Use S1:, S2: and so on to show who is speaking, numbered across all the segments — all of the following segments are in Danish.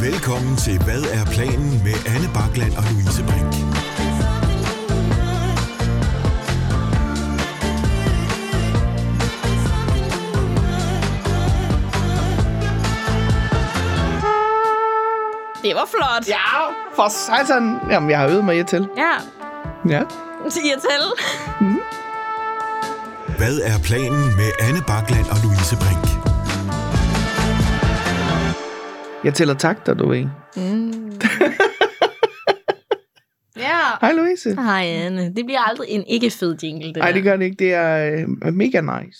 S1: Velkommen til Hvad er planen med Anne Bakland og Louise Brink.
S2: Det var flot.
S3: Ja, for satan. Jamen, jeg har øvet mig i til.
S2: ja.
S3: Ja.
S2: Sig jeg til.
S1: Hvad er planen med Anne Bakland og Louise Brink?
S3: Jeg tæller takter, du ved.
S2: Ja.
S3: Hej, Louise.
S2: Hej, Anne. Det bliver aldrig en ikke-fed jingle, det
S3: Nej,
S2: der.
S3: det gør det ikke. Det er øh, mega nice.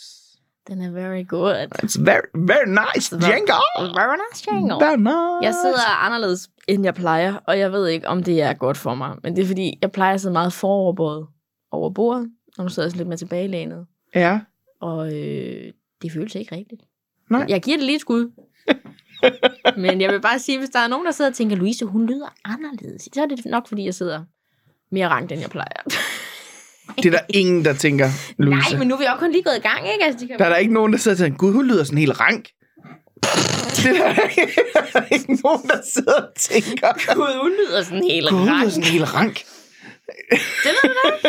S2: Den er very good.
S3: It's very, very nice, Jenga.
S2: Very nice jingle.
S3: Very nice.
S2: Jeg sidder anderledes, end jeg plejer, og jeg ved ikke, om det er godt for mig. Men det er, fordi jeg plejer at sidde meget foroverbøjet over bordet, og nu sidder jeg sådan lidt mere tilbagelænet.
S3: Ja.
S2: Og øh, det føles ikke rigtigt.
S3: Nej.
S2: Jeg giver det lige et skud. Men jeg vil bare sige, hvis der er nogen, der sidder og tænker, Louise, hun lyder anderledes, så er det nok, fordi jeg sidder mere rangt, end jeg plejer.
S3: Det er der ingen, der tænker, Louise.
S2: Nej, men nu er vi jo kun lige gået i gang, ikke? Altså, det kan...
S3: Der er der ikke nogen, der sidder og tænker, gud, hun lyder sådan helt rank. det er der ikke, der er ikke nogen, der sidder og tænker,
S2: Gud, hun lyder sådan helt
S3: gud, hun lyder
S2: rank.
S3: sådan helt rank.
S2: Det ved du da. ikke.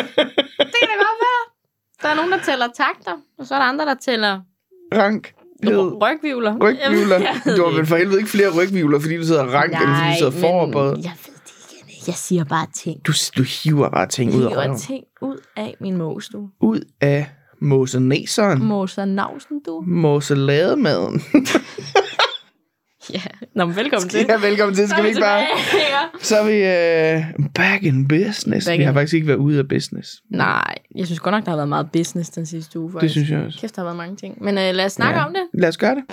S2: Det kan da godt være. Der er nogen, der tæller takter, og så er der andre, der tæller
S3: Rank. Led.
S2: ry- rygvivler.
S3: Rygvivler.
S2: Jamen, jeg ved
S3: Du har
S2: det
S3: vel for helvede ikke flere rygvivler, fordi du sidder rank, eller fordi du sidder
S2: men
S3: foroverbøjet.
S2: Jeg ved det ikke. Anne. Jeg siger bare ting.
S3: Du, du hiver bare ting ud af
S2: Jeg hiver
S3: røven.
S2: ting ud af min mos, du.
S3: Ud af mosenæseren.
S2: Moser Navsen, du.
S3: Moselademaden.
S2: Ja. Nå, men velkommen til.
S3: Ja, velkommen til.
S2: Så er
S3: Skal vi ikke bare...
S2: tilbage, ikke?
S3: Så er vi uh, back in business.
S2: Back
S3: vi
S2: in-
S3: har faktisk ikke været ude af business.
S2: Nej, jeg synes godt nok, der har været meget business den sidste uge, faktisk.
S3: Det synes jeg også.
S2: Kæft, der har været mange ting. Men øh, lad os snakke
S3: Ja.
S2: om det.
S3: Lad os gøre det.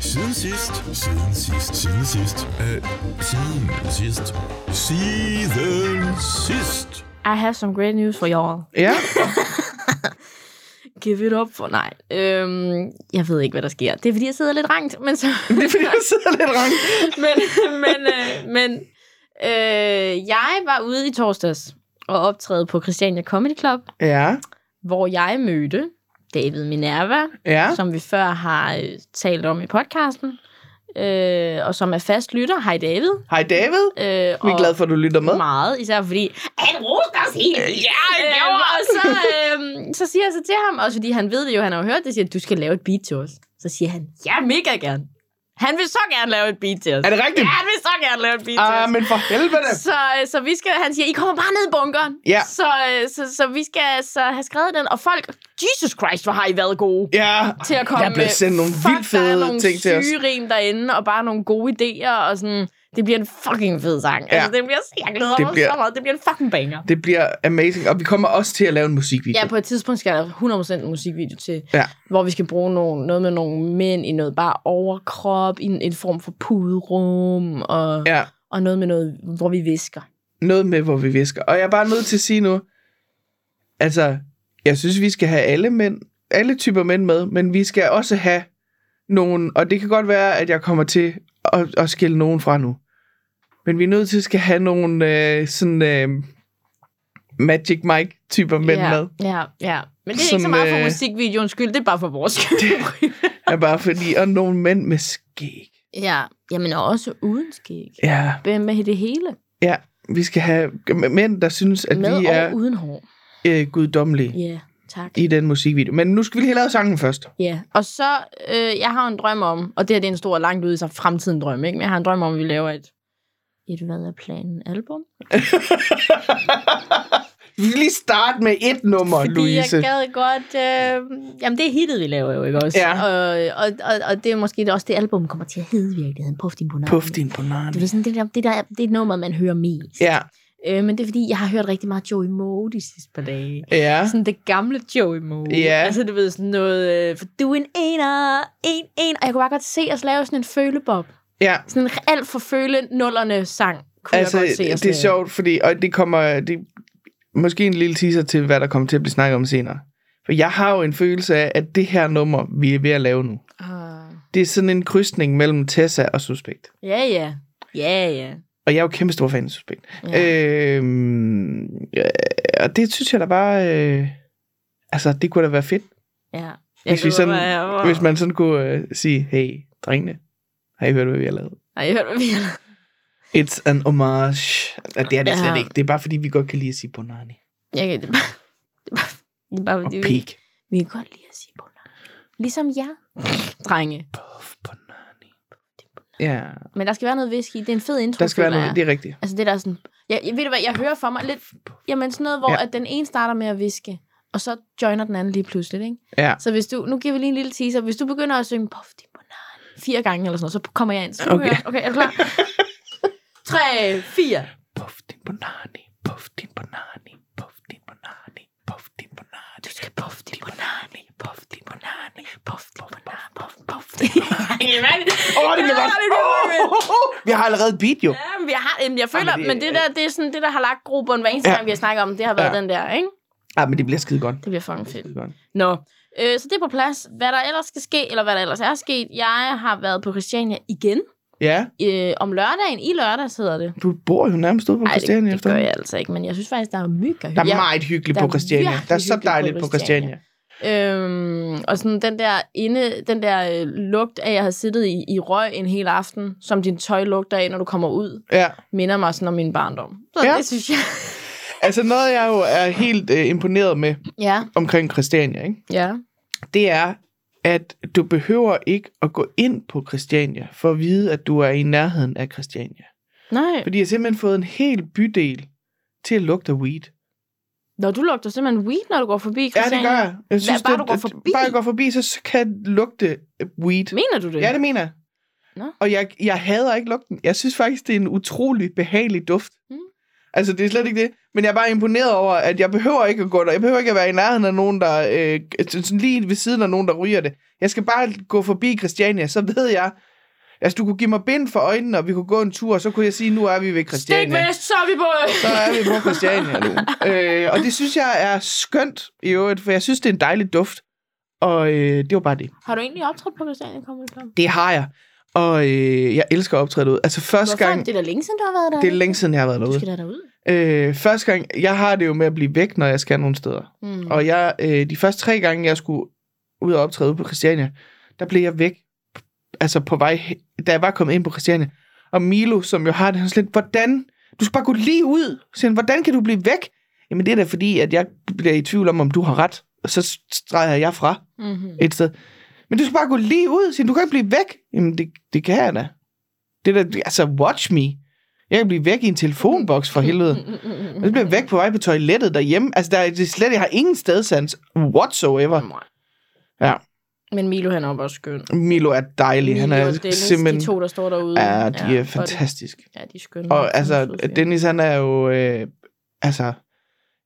S1: Siden sidst, siden sidst, siden sidst, øh, siden sidst, siden sidst.
S2: I have some great news for y'all.
S3: Ja.
S2: Give it up for... Nej. Øhm, jeg ved ikke, hvad der sker. Det er, fordi jeg sidder lidt rangt, men så...
S3: Det er fordi, jeg sidder lidt rank.
S2: men men, øh, men øh, jeg var ude i torsdags og optræde på Christiania Comedy Club,
S3: Ja.
S2: hvor jeg mødte David Minerva,
S3: Ja.
S2: ja. som vi før har øh, talt om i podcasten, øh, og som er fast lytter. Hej David.
S3: Hej David.
S2: Øh,
S3: Vi er glade for, at du lytter med. Øh,
S2: Meget, især fordi... Han roste os helt! Ja, jeg gjorde Og så, øh, så siger jeg så til ham, også fordi han ved det jo, han har jo hørt det, siger, du skal lave et beat til os. Så siger han, ja, mega gerne. Han vil så gerne lave et beat til os.
S3: Er det rigtigt?
S2: Ja, han vil så gerne lave et beat til
S3: Ah,
S2: os.
S3: men for helvede.
S2: Så, øh, så vi skal, han siger, I kommer bare ned i bunkeren.
S3: Ja.
S2: Så, øh, så, så vi skal så have skrevet den, og folk, Jesus Christ, hvor har I været gode
S3: Ja.
S2: til at komme
S3: Der blev sendt nogle
S2: Fuck,
S3: vildt fede
S2: der er nogle
S3: ting til os.
S2: syge rim derinde, og bare nogle gode idéer, og sådan, det bliver en fucking fed sang. Ja. Altså, det bliver, jeg glæder
S3: Det
S2: mig
S3: bliver-
S2: så meget. Det bliver en fucking banger.
S3: Det bliver amazing. Og vi kommer også til at lave en musikvideo.
S2: Ja, på et tidspunkt skal der 100% en musikvideo til,
S3: Ja.
S2: hvor vi skal bruge nogle, noget med nogle mænd i noget bare overkrop, i en, en form for puderum, og,
S3: ja.
S2: og noget med noget, hvor vi visker.
S3: noget med, hvor vi visker. Og jeg er bare nødt til at sige nu, altså, jeg synes, vi skal have alle mænd, alle typer mænd med, men vi skal også have nogen, og det kan godt være, at jeg kommer til at, at skille nogen fra nu. Men vi er nødt til at skal have nogle øh, sådan øh, Magic Mike-typer mænd
S2: ja,
S3: med.
S2: Ja, ja. Men det er ikke så
S3: Som,
S2: meget for
S3: øh,
S2: musikvideoens skyld, det er bare for vores skyld.
S3: Ja, bare fordi, og nogle mænd med skæg.
S2: ja, jamen og også uden skæg.
S3: Ja,
S2: Med- Med det hele.
S3: ja. Vi skal have mænd, der synes, at
S2: Med
S3: vi
S2: og
S3: er
S2: uden hår.
S3: øh, guddommelige
S2: Ja, tak.
S3: i den musikvideo. Men nu skal vi lige have lavet sangen først.
S2: Ja, og så, øh, jeg har en drøm om, og det her det er en stor langt ud i sig fremtiden drøm, ikke? men jeg har en drøm om, at vi laver et, et hvad er planen, album?
S3: Vi vil lige starte med et nummer,
S2: Fordi
S3: Louise.
S2: jeg gad godt, øh, jamen det er hittet, vi laver jo, ikke også?
S3: Ja.
S2: Og, og, og, og det er måske også det album kommer til at hedde i virkeligheden, Puff din Bonar.
S3: Puff din
S2: Det
S3: banane.
S2: er sådan, det, der, det, der, det er nummer, man hører mest.
S3: Ja,
S2: Øh, men det er fordi, jeg har hørt rigtig meget Joey Moe de sidste par dage.
S3: ja.
S2: Sådan det gamle Joey Moe.
S3: Ja.
S2: Altså, du ved, sådan noget, øh, for du er en ener, en, en. Og jeg kunne bare godt se os lave sådan en følebob.
S3: ja.
S2: Sådan en alt for føle nullerne sang. Kunne
S3: Altså,
S2: jeg godt se os
S3: det er
S2: lave.
S3: sjovt, fordi og det kommer... Det, måske en lille teaser til, hvad der kommer til at blive snakket om senere. For jeg har jo en følelse af, at det her nummer, vi er ved at lave nu,
S2: Ah.
S3: det er sådan en krydsning mellem Tessa og Suspekt.
S2: Ja, ja. Ja, ja.
S3: Og jeg er jo kæmpe stor fan af Suspekt.
S2: ja. Øh.
S3: Ja. Øhm, ja, og det synes jeg da bare... Øh, altså, det kunne da være fedt.
S2: ja. Jeg
S3: Hvis, vi
S2: glæder
S3: sådan,
S2: mig over-
S3: hvis man sådan kunne øh, sige, hey, drengene, har I hørt, hvad vi har lavet?
S2: Har I hørt, hvad vi har lavet?
S3: It's an homage. Og det er det
S2: Ja.
S3: slet ikke. Det er bare fordi, vi godt kan lide at sige Bonani.
S2: Jeg kan, det, er bare, det, er bare, det er bare
S3: Og
S2: fordi, vi,
S3: pig.
S2: vi kan godt lide at sige bonnet. Ligesom jer, drenge.
S3: Puff Bonani. Ja,
S2: Men der skal være noget whisky. Det er en fed intro,
S3: der skal være
S2: føler
S3: noget.
S2: jeg.
S3: Det er rigtigt.
S2: Altså det der sådan... Jeg, jeg, ved du hvad, jeg hører for mig lidt... Jamen sådan noget, hvor
S3: Ja.
S2: ja. at den ene starter med at viske, og så joiner den anden lige pludselig, ikke?
S3: Ja.
S2: Så hvis du... Nu giver vi lige en lille teaser. Hvis du begynder at synge... Puff, din banan, fire gange eller sådan noget, så kommer jeg ind. Så skal du
S3: Okay.
S2: høre. okay, er du klar? Tre, fire.
S3: Puff din Bonani. Puff din Bonani. Puff din Bonani. Puff din Bonani. Du skal puff din Bonani. Puff din Bonani. Puff din Bonani. Puff, puff din Åh, oh, det bliver godt. Oh, oh, oh. Vi har allerede et beat, jo.
S2: Ja, men jeg, har, jamen, jeg føler,
S3: Jamen,
S2: Jamen,
S3: det-
S2: det, men det der, det er sådan, det der har lagt grobund hver eneste
S3: Ja.
S2: ja. gang, vi har snakket om, det har været
S3: Ja.
S2: ja. den der, ikke?
S3: Ja, Ah, men det bliver skide godt.
S2: Det bliver fucking fedt.
S3: Skide godt.
S2: Nå, øh, så det er på plads. Hvad der ellers skal ske, eller hvad der ellers er sket, jeg har været på Christiania igen.
S3: Ja,
S2: Øh, om lørdagen, i lørdags hedder det.
S3: du bor jo nærmest ude på
S2: Ej,
S3: Christiania
S2: det, det gør
S3: efterhånden.
S2: jeg altså ikke, men jeg synes faktisk, der er mygge
S3: Der er meget hyggeligt
S2: Der
S3: på
S2: er
S3: Christiania.
S2: virkelig
S3: Der er så
S2: hyggeligt på
S3: dejligt på Christiania.
S2: Christiania. Øhm, og sådan den der, inde, den der øh, lugt af, at jeg har siddet i, i røg en hel aften, som din tøj lugter af, når du kommer ud,
S3: Ja.
S2: minder mig sådan om min barndom. Så
S3: Ja.
S2: ja. det synes jeg.
S3: Altså noget, jeg jo er helt øh, imponeret med
S2: Ja,
S3: omkring Christiania, ikke?
S2: ja.
S3: det er, at du behøver ikke at gå ind på Christiania for at vide, at du er i nærheden af Christiania.
S2: Nej.
S3: Fordi jeg har simpelthen fået en hel bydel til at lugte af weed.
S2: Når du lugter simpelthen weed, når du går forbi
S3: Ja, det gør
S2: Christiania.
S3: jeg. jeg
S2: bare du går
S3: at-
S2: forbi?
S3: Bare jeg går forbi, så s- kan jeg lugte øh, weed.
S2: Mener du det?
S3: Ja, det mener jeg.
S2: Nå.
S3: Og jeg, jeg hader ikke lugten. Jeg synes faktisk, det er en utrolig behagelig duft.
S2: Mm.
S3: Altså, det er slet ikke det. Men jeg er bare imponeret over, at jeg behøver ikke at gå der. Jeg behøver ikke at være i nærheden af nogen, der... Øh, sådan sådan lige ved siden af nogen, der ryger det. Jeg skal bare gå forbi Christiania, så ved jeg... Altså, du kunne give mig bind for øjnene, og vi kunne gå en tur, og så kunne jeg sige, nu er vi ved Christiania.
S2: Stik vest, så er vi på...
S3: Så er vi på Christiania nu. øh, og det synes jeg er skønt i øvrigt, for jeg synes, det er en dejlig duft. Og øh, det var bare det.
S2: Har du egentlig optrådt på Christiania Comedy Club?
S3: Det har jeg. Og øh, jeg elsker at optræde ud. Altså første
S2: Hvorfor?
S3: gang...
S2: Det er da længe siden, du har været der.
S3: Det er længe siden, jeg har været
S2: Du
S3: derude.
S2: skal da derud.
S3: Øh, første gang... Jeg har det jo med at blive væk, når jeg skal nogle steder.
S2: Mm.
S3: Og jeg, øh, de første tre gange, jeg skulle ud og optræde ude på Christiania, der blev jeg væk. Altså på vej... he- Da jeg var kommet ind på Christiania. Og Milo, som jo har det, han er sådan lidt, hvordan... Du skal bare gå lige ud. Så han, hvordan kan du blive væk? Jamen det er da fordi, at jeg bliver i tvivl om, om du har ret. Og så streger jeg fra
S2: Mm-hmm.
S3: et sted. Men du skal bare gå lige ud, siger han. du kan ikke blive væk. Jamen, det, det kan jeg da. Det der, altså, watch me. Jeg kan blive væk i en telefonboks for helvede.
S2: Mm-hmm.
S3: Og så bliver jeg væk på vej på toilettet derhjemme. Altså, der, er- det er slet, jeg har ingen stedsans whatsoever. Ja.
S2: Men Milo, han er jo bare skøn.
S3: Milo er dejlig.
S2: Milo
S3: han er
S2: og Dennis,
S3: simpelthen...
S2: de to, der står derude.
S3: ja, de er
S2: for
S3: fantastisk.
S2: Det. Ja, de er skønne.
S3: Og altså,
S2: Søde fyre.
S3: Dennis, han er jo... Øh, altså,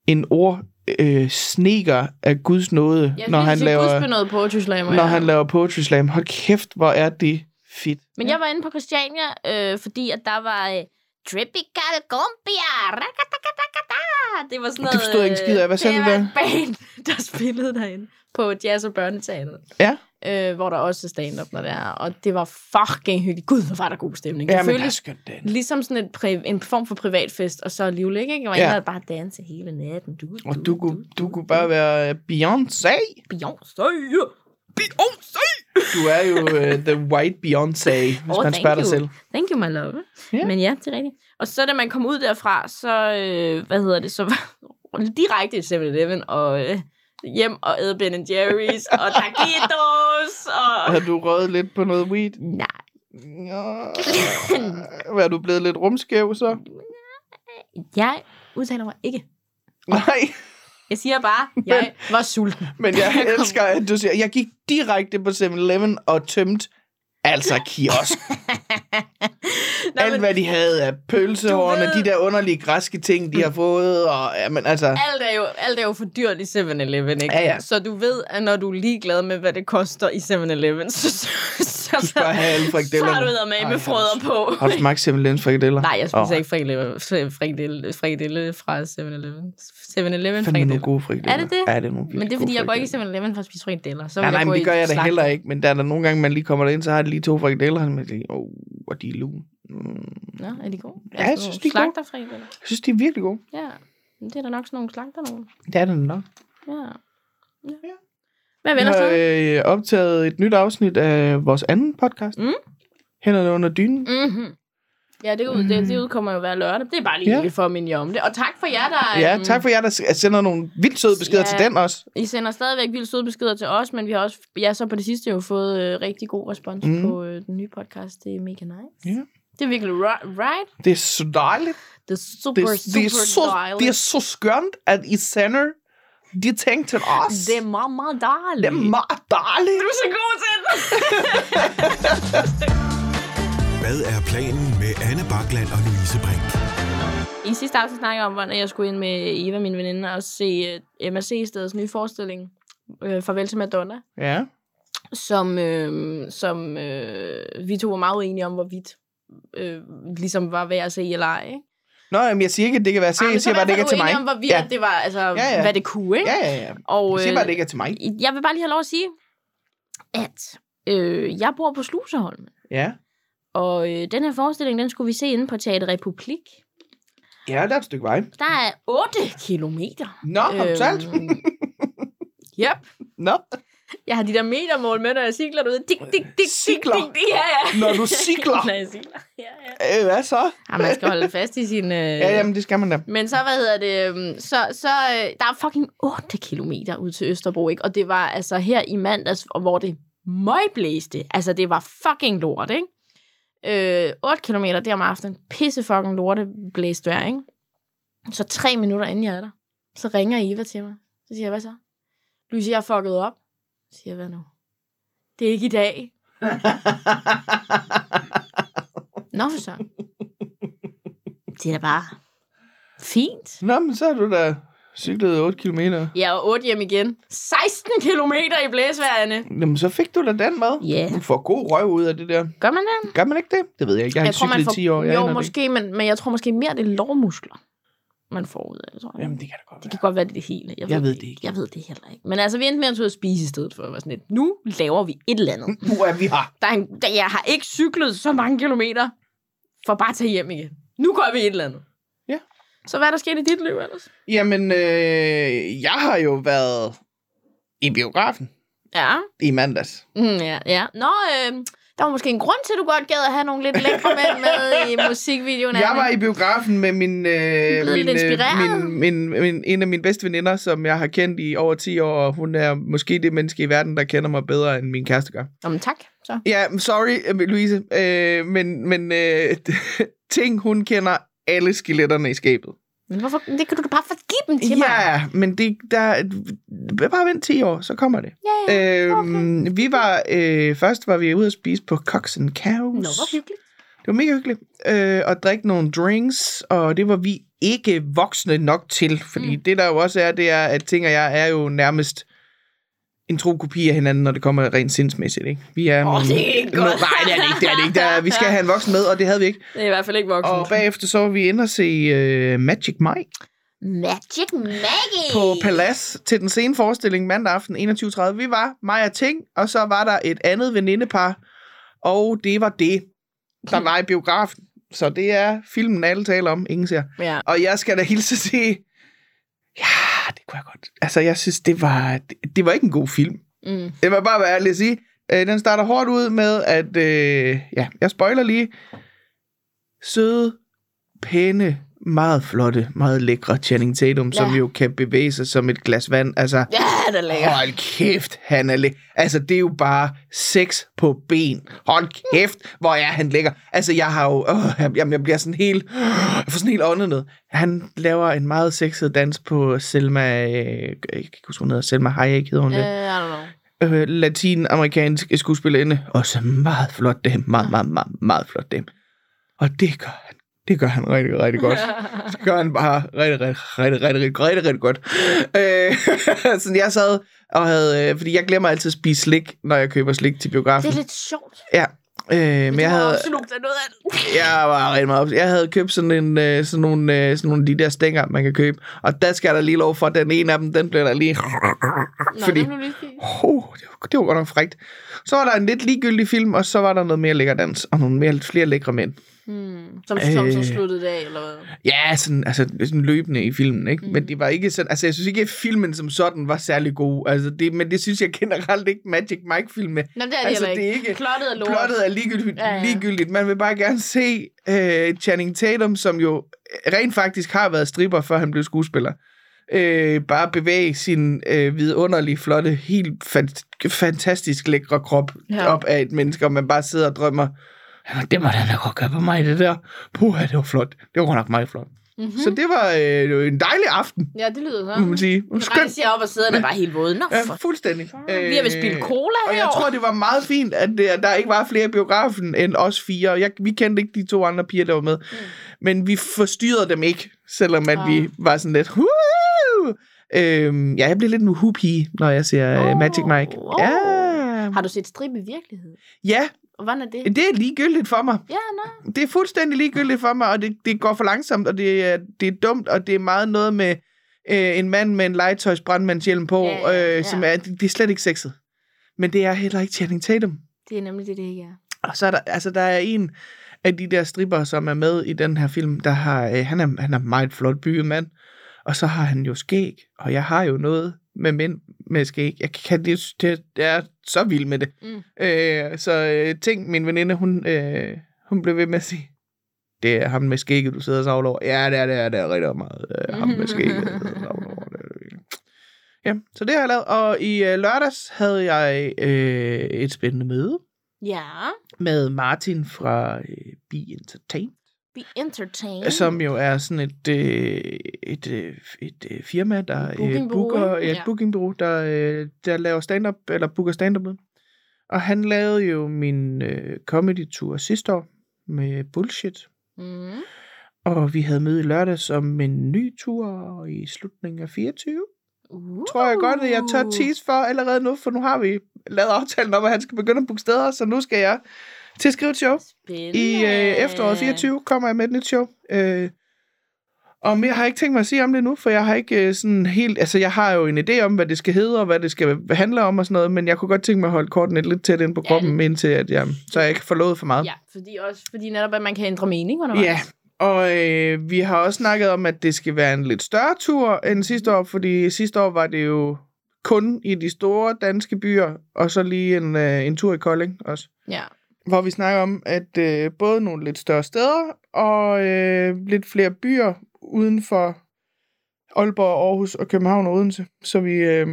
S3: en ord... Øh, sneker af Guds nåde,
S2: jeg
S3: når han, laver,
S2: Jeg noget på Tyslamer.
S3: når han laver Poetry Slam. Hold kæft, hvor er det fedt.
S2: Men jeg var inde på Christiania, øh, fordi at der var... Øh, Tropical Cumbia! Rakatakatakata. Det var sådan noget...
S3: Det forstod jeg ikke en skid af. Hvad sagde
S2: det
S3: du
S2: var
S3: der?
S2: et band, der spillede derinde på Jazz og Børneteateret.
S3: Ja.
S2: Øh, hvor der også er stand-up, når det er. Og det var fucking hyggeligt. Gud, hvor var der god stemning.
S3: Ja,
S2: det
S3: men altså, det er
S2: føltes
S3: skønt, Dan.
S2: ligesom sådan et pri- en form for privatfest, og så livlig, ikke? Jeg var
S3: Ja.
S2: ja. bare danse hele natten. Du,
S3: Og du kunne, du kunne bare være øh, Beyoncé.
S2: Beyoncé! Beyoncé!
S3: Du er jo uh, the white Beyoncé, hvis
S2: Åh,
S3: man
S2: thank
S3: spørger dig
S2: you.
S3: selv.
S2: Thank you, my love.
S3: Ja.
S2: Yeah. Men ja, det er rigtigt. Og så da man kom ud derfra, så, øh, hvad hedder det, så var direkte i 7-Eleven og øh, hjem og æde Ben Jerry's og taquitos og...
S3: Har du røget lidt på noget weed?
S2: Nej,
S3: Ja. Er du blevet lidt rumskæv så?
S2: jeg udtaler mig ikke.
S3: Nej,
S2: Jeg siger bare, jeg var sulten.
S3: men jeg elsker, at du siger, jeg gik direkte på 7-Eleven og tømte altså kiosk.
S2: Nå,
S3: Alt, hvad de havde af pølsehorn
S2: Du
S3: og
S2: ved- Mm.
S3: de der underlige græske ting, de har fået. Og, ja, men altså,
S2: alt er jo, alt er jo for dyrt i 7-Eleven, ikke?
S3: Ja, ja.
S2: Så du ved, at når du er ligeglad med, hvad det koster i 7-Eleven, så, så, så,
S3: du skal bare have alle
S2: så
S3: frikadellerne.
S2: har du været med
S3: Ej,
S2: med
S3: har
S2: frøder
S3: du-
S2: på.
S3: Har du smagt 7-Elevens frikadeller?
S2: Nej, jeg spiser
S3: Åh,
S2: oh. ikke frikadelle, frikadelle, frikadelle fra 7-Eleven. 7-Eleven
S3: Fandme nogle
S2: frikadelle.
S3: gode frikadeller.
S2: Er det det?
S3: Ja, det er nogle virkelig
S2: Men det er,
S3: gode
S2: fordi jeg går ikke i
S3: frikadeller.
S2: 7-Eleven for at spise frikadeller. Så vil
S3: Nej, nej,
S2: jeg gå
S3: men det
S2: i
S3: gør jeg da
S2: slagter.
S3: heller ikke. Men der er der nogle gange, man lige kommer derind, så har de lige to frikadeller, og man tænker, åh, oh, de er lune. Mm.
S2: Nå, er de gode?
S3: Ja, jeg
S2: Altså,
S3: synes, de er gode.
S2: Slagterfrikadeller.
S3: Jeg synes, de er virkelig gode.
S2: Ja, Men det er da nok sådan nogle slagter nogen.
S3: Det er det nok.
S2: Ja.
S3: Ja.
S2: ja. Hvad
S3: Vi
S2: vender så?
S3: har øh, optaget et nyt afsnit af vores anden podcast.
S2: Mm.
S3: Hænderne under dynen.
S2: Mm-hmm. Ja, det, ud, det, det udkommer jo hver lørdag. Det er bare lige
S3: Mm. Ja.
S2: ja. for at minde jer om det. Og tak for jer, der...
S3: Ja,
S2: øhm,
S3: tak for jer, der s- sender nogle vildt søde beskeder
S2: Ja.
S3: til den også.
S2: I sender stadigvæk vildt søde beskeder til os, men vi har også, ja, så på det sidste jo fået øh, rigtig god respons
S3: Mm.
S2: mm. på øh, den nye podcast. Det er mega nice.
S3: Ja.
S2: Det er virkelig ri- right.
S3: Det er så dejligt.
S2: Det er super,
S3: Det, er,
S2: super
S3: det, er så,
S2: dejligt.
S3: det er så skønt, at I sender de ting til os.
S2: det er meget, meget dejligt.
S3: det er meget dejligt.
S2: du er så god til det.
S1: Hvad er planen med Anne Bakland og Louise Brink?
S2: I sidste aften snakkede jeg om, hvordan jeg skulle ind med Eva, min veninde, og se uh, MRC stedets nye forestilling, øh, Farvel til Madonna,
S3: Ja.
S2: som, øh, som øh, vi to var meget uenige om, hvorvidt øh, ligesom var værd at se eller ej. Ikke?
S3: Nå, jamen, jeg siger ikke, at det kan være
S2: Ej,
S3: seriøst.
S2: men
S3: Jeg siger
S2: så
S3: bare,
S2: var
S3: at det ikke er
S2: jeg
S3: til mig.
S2: uenige om, hvorvidt
S3: ja.
S2: det var, altså, ja,
S3: ja.
S2: ja. hvad det kunne, ikke?
S3: ja, ja, ja.
S2: Og,
S3: Jeg siger bare, at
S2: øh,
S3: det ikke er til mig.
S2: Jeg vil bare lige have lov at sige, at øh, jeg bor på Sluseholm,
S3: Ja.
S2: og øh, den her forestilling, den skulle vi se inde på Teater Republik.
S3: Ja, der er et stykke vej.
S2: Der er 8 kilometer. Øhm,
S3: Nå, har du talt?
S2: yep.
S3: Nå.
S2: Jeg har de der metermål med, når jeg cykler derude. Dik, dik, dik, dik,
S3: Cykler?
S2: dik, dik. Ja, ja.
S3: Når du cykler?
S2: når jeg cykler. Ja, ja.
S3: Øh, hvad så?
S2: Ah, man skal holde fast i sin... Øh...
S3: Ja, jamen, det skal man da.
S2: Men så, hvad hedder det, øhm, så, så øh, der er fucking 8 kilometer ud til Østerbro, ikke? Og det var altså her i mandags, og hvor det møgblæste. Altså, det var fucking lort, ikke? Øh, 8 kilometer der om aftenen, pisse fucking lorte blæste vejr, ikke? Så tre minutter inden jeg er der, så ringer Eva til mig. Så siger jeg, hvad så? Louise, jeg er fucket op. Så siger jeg, hvad nu? Det er ikke i dag. Nå, for så. Det er da bare fint.
S3: Nå, men så har du da cyklet 8 km.
S2: Ja, og 8 hjem igen. 16 kilometer i blæsværende.
S3: Jamen, så fik du da den med.
S2: Ja.
S3: Du får god røv ud af det der.
S2: Gør man det?
S3: Gør man ikke det? Det ved jeg ikke. Jeg har ikke cyklet i 10 år. Jeg aner
S2: jo,
S3: det
S2: måske, men, men jeg tror måske mere, det er lårmuskler, man får ud af det, tror
S3: ikke.
S2: jeg.
S3: Jamen, det kan da godt
S2: Det
S3: være.
S2: kan godt være, det er det hele.
S3: Jeg ved det ikke.
S2: Jeg ved det heller ikke. Men altså, vi endte med at tage ud at spise i stedet for. Jeg Var sådan lidt, nu laver vi et eller andet.
S3: Nu er vi her.
S2: Der er en, der, jeg har ikke cyklet så mange kilometer, for bare at tage hjem igen. Nu gør vi et eller andet.
S3: Ja.
S2: Så hvad er der sket i dit liv ellers?
S3: Jamen, øh, jeg har jo været i biografen
S2: Ja.
S3: i mandags.
S2: Mm, ja, ja. Nå, øh, der var måske en grund til, at du godt gad at have nogle lidt lækre mænd med i musikvideoen.
S3: Jeg
S2: Anne.
S3: var i biografen med min, øh,
S2: Blevet
S3: min,
S2: lidt inspireret.
S3: min, min, min, en af mine bedste veninder, som jeg har kendt i over 10 år, og hun er måske det menneske i verden, der kender mig bedre, end min kæreste gør.
S2: Nå, men tak. Så.
S3: Ja, I'm sorry, øh, Louise, øh, men, men øh, ting, hun kender alle skeletterne i skabet.
S2: Men hvorfor? Det kan du da bare for give dem til mig.
S3: Ja, men det, der, bare vent 10 år, så kommer det.
S2: Ja, ja.
S3: Øhm, okay. Vi var, øh, først var vi ude at spise på Cox and Cows.
S2: Nå, hvor hyggeligt.
S3: Det var mega hyggeligt. Øh, og drikke nogle drinks, og det var vi ikke voksne nok til. Fordi mm. det der jo også er, det er, at ting og jeg er jo nærmest en tro kopi af hinanden, når det kommer rent sindsmæssigt, ikke? Vi er
S2: Åh,
S3: nogle-
S2: det er ikke godt.
S3: Nogle, nej, det er det ikke, det er det ikke. Der, er- vi skal have en voksen med, og det havde vi ikke.
S2: Det er i hvert fald ikke voksen.
S3: Og bagefter så var vi inde og se øh, Magic Mike
S2: Magic Maggie.
S3: på Palace til den sene forestilling mandag aften 21.30. Vi var mig og Ting, og så var der et andet venindepar, og det var det, der var i biografen. Så det er filmen, alle taler om, ingen ser.
S2: Ja.
S3: Og jeg skal da hilse til... Ja, det kunne jeg godt. Altså, jeg synes, det var, det, det var ikke en god film.
S2: Mm.
S3: Det må jeg bare være ærlig at sige. Øh, den starter hårdt ud med, at... Øh, ja, jeg spoiler lige. Søde, pæne, meget flotte, meget lækre Channing Tatum, ja. som
S2: Ja.
S3: jo kan bevæge sig som et glas vand. Altså,
S2: Ja, det er lækkert.
S3: hold kæft, han er læ- Altså, det er jo bare sex på ben. Hold kæft, hvor er han lækker. Altså, jeg har jo... Øh, jeg- jamen, jeg bliver sådan helt... Øh, jeg får sådan helt åndet ned. Han laver en meget sexet dans på Selma... Øh, jeg kan ikke huske, hvad hun hedder. Selma Hayek hedder hun det
S2: Øh, I don't know.
S3: øh, latinamerikansk skuespillerinde. Også meget flot dame. Meget, meget, meget, meget flot dame. Og det gør han. Det gør han rigtig, rigtig godt. Det gør han bare rigtig, rigtig, rigtig, rigtig, rigtig, rigtig, rigtig godt. Øh, sådan jeg sad og havde... Øh, fordi jeg glemmer altid at spise slik, når jeg køber slik til
S2: Det
S3: biografen.
S2: er lidt sjovt.
S3: Øh, men jeg
S2: Du har
S3: havde,
S2: absolut af noget af det.
S3: jeg var rigtig meget opsat. Jeg havde købt sådan, en, øh, sådan, nogle, øh, sådan nogle af de der stænger, man kan købe. Og der skal jeg da lige lov for, at den ene af dem, den bliver der lige...
S2: Nå,
S3: fordi
S2: den blev lige fint.
S3: Oh, det var det var godt nok frægt. Så var der en lidt ligegyldig film, og så var der noget mere lækker dans, og nogle mere, flere lækre mænd.
S2: Hmm. Som, som så
S3: Øh.
S2: sluttede det af, eller hvad?
S3: Ja, sådan, altså, sådan løbende i filmen, ikke? Mm. Men det var ikke sådan... Altså, jeg synes ikke, at filmen som sådan var særlig god. Altså, det, men det synes jeg generelt ikke Magic Mike-film er.
S2: Nå, det er det
S3: Altså,
S2: heller ikke.
S3: det er ikke-
S2: Plottet er lort.
S3: Plottet er ligegyldigt,
S2: Ja,
S3: ja,
S2: ja.
S3: ja. ligegyldigt. Man vil bare gerne se øh, Channing Tatum, som jo rent faktisk har været stripper, før han blev skuespiller. Øh, bare bevæge sin øh, vidunderlige, flotte, helt fan- fantastisk lækre krop
S2: Ja.
S3: ja. op af et menneske, og man bare sidder og drømmer, "Jamen, det må han da godt gøre på mig, det der. Puh, det var flot. Det var godt nok meget flot.
S2: Mhm.
S3: Så det var øh, det var en dejlig aften,
S2: Ja, det lyder
S3: må man
S2: sådan.
S3: sige.
S2: Nu
S3: Skønt.
S2: rejser jeg op og sidder der bare helt våde. Nå,
S3: Ja,
S2: for...
S3: fuldstændig.
S2: Mm.
S3: Øh,
S2: Vi har vist spillet cola
S3: Og jeg
S2: herovre.
S3: tror, det var meget fint, at det- der ikke var flere i biografen end os fire. Jeg, vi kendte ikke de to andre piger, der var med. Mm. Men vi forstyrrede dem ikke, selvom at
S2: Ah.
S3: vi var sådan lidt... "Woo!" Øhm, ja, jeg bliver lidt en uhupige, når jeg ser
S2: Åh,
S3: oh, Magic Mike.
S2: åh.
S3: Ja.
S2: Har du set strip i virkelighed?
S3: ja,
S2: Og Hvordan er det?
S3: det er ligegyldigt for mig.
S2: Ja, nå.
S3: Det er fuldstændig ligegyldigt for mig, og det, det går for langsomt, og det er, det er dumt, og det er meget noget med øh, en mand med en legetøjsbrandmandshjelm på,
S2: Ja, ja, ja.
S3: Øh, som er, det, det er slet ikke sexet. Men det er heller ikke Channing Tatum.
S2: Det er nemlig det, det ikke er.
S3: Og så er der, altså, der er en af de der stripper, som er med i den her film, der har, øh, han, er, han er meget flot byggemand, og så har han jo skæg, og jeg har jo noget med mænd med skæg. Jeg, kan, det, det, jeg er så vild med det.
S2: Mm.
S3: Øh, så øh, tænk, min veninde, hun, øh, hun blev ved med at sige, det er ham med skægget, du sidder og savler over. Ja, det er det, er, det er rigtig meget øh, ham med skægget, jeg sidder og savler over. Det er det virkelig." Ja, så det har jeg lavet, og i øh, lørdags havde jeg øh, et spændende møde
S2: Ja.
S3: med Martin fra øh, Be Entertain,
S2: Be entertained.
S3: mm. som jo er sådan et, øh, et, øh, et øh, firma, der øh,
S2: Bookingbureau,
S3: booker,
S2: ikke?
S3: ja, et
S2: Ja.
S3: bookingbureau, der, øh, der laver stand-up, eller booker stand up Og han lavede jo min øh, comedy-tur sidste år med Bullshit.
S2: Mm.
S3: Og vi havde møde i lørdag som en ny tur i slutningen af 24.
S2: Uh.
S3: Tror jeg godt, at jeg tør tease for allerede nu, for nu har vi lavet aftalen om, at han skal begynde at booke steder, så nu skal jeg til at skrive et show.
S2: Spændende.
S3: I øh, efteråret 24 kommer jeg med et nyt show. Øh, og mere har jeg ikke tænkt mig at sige om det nu, for jeg har ikke øh, sådan helt... Altså, jeg har jo en idé om, hvad det skal hedde, og hvad det skal handle om og sådan noget, men jeg kunne godt tænke mig at holde kortene lidt tæt ind på
S2: Ja,
S3: kroppen, indtil at jeg, så jeg ikke får lovet for meget.
S2: Ja, fordi, også, fordi netop, at man kan ændre mening undervejs.
S3: Ja, og øh, vi har også snakket om, at det skal være en lidt større tur end sidste år, fordi sidste år var det jo kun i de store danske byer, og så lige en, øh, en tur i Kolding også
S2: Ja.
S3: hvor vi snakker om, at øh, både nogle lidt større steder og øh, lidt flere byer uden for Aalborg, Aarhus og København og Odense. Så vi, øh,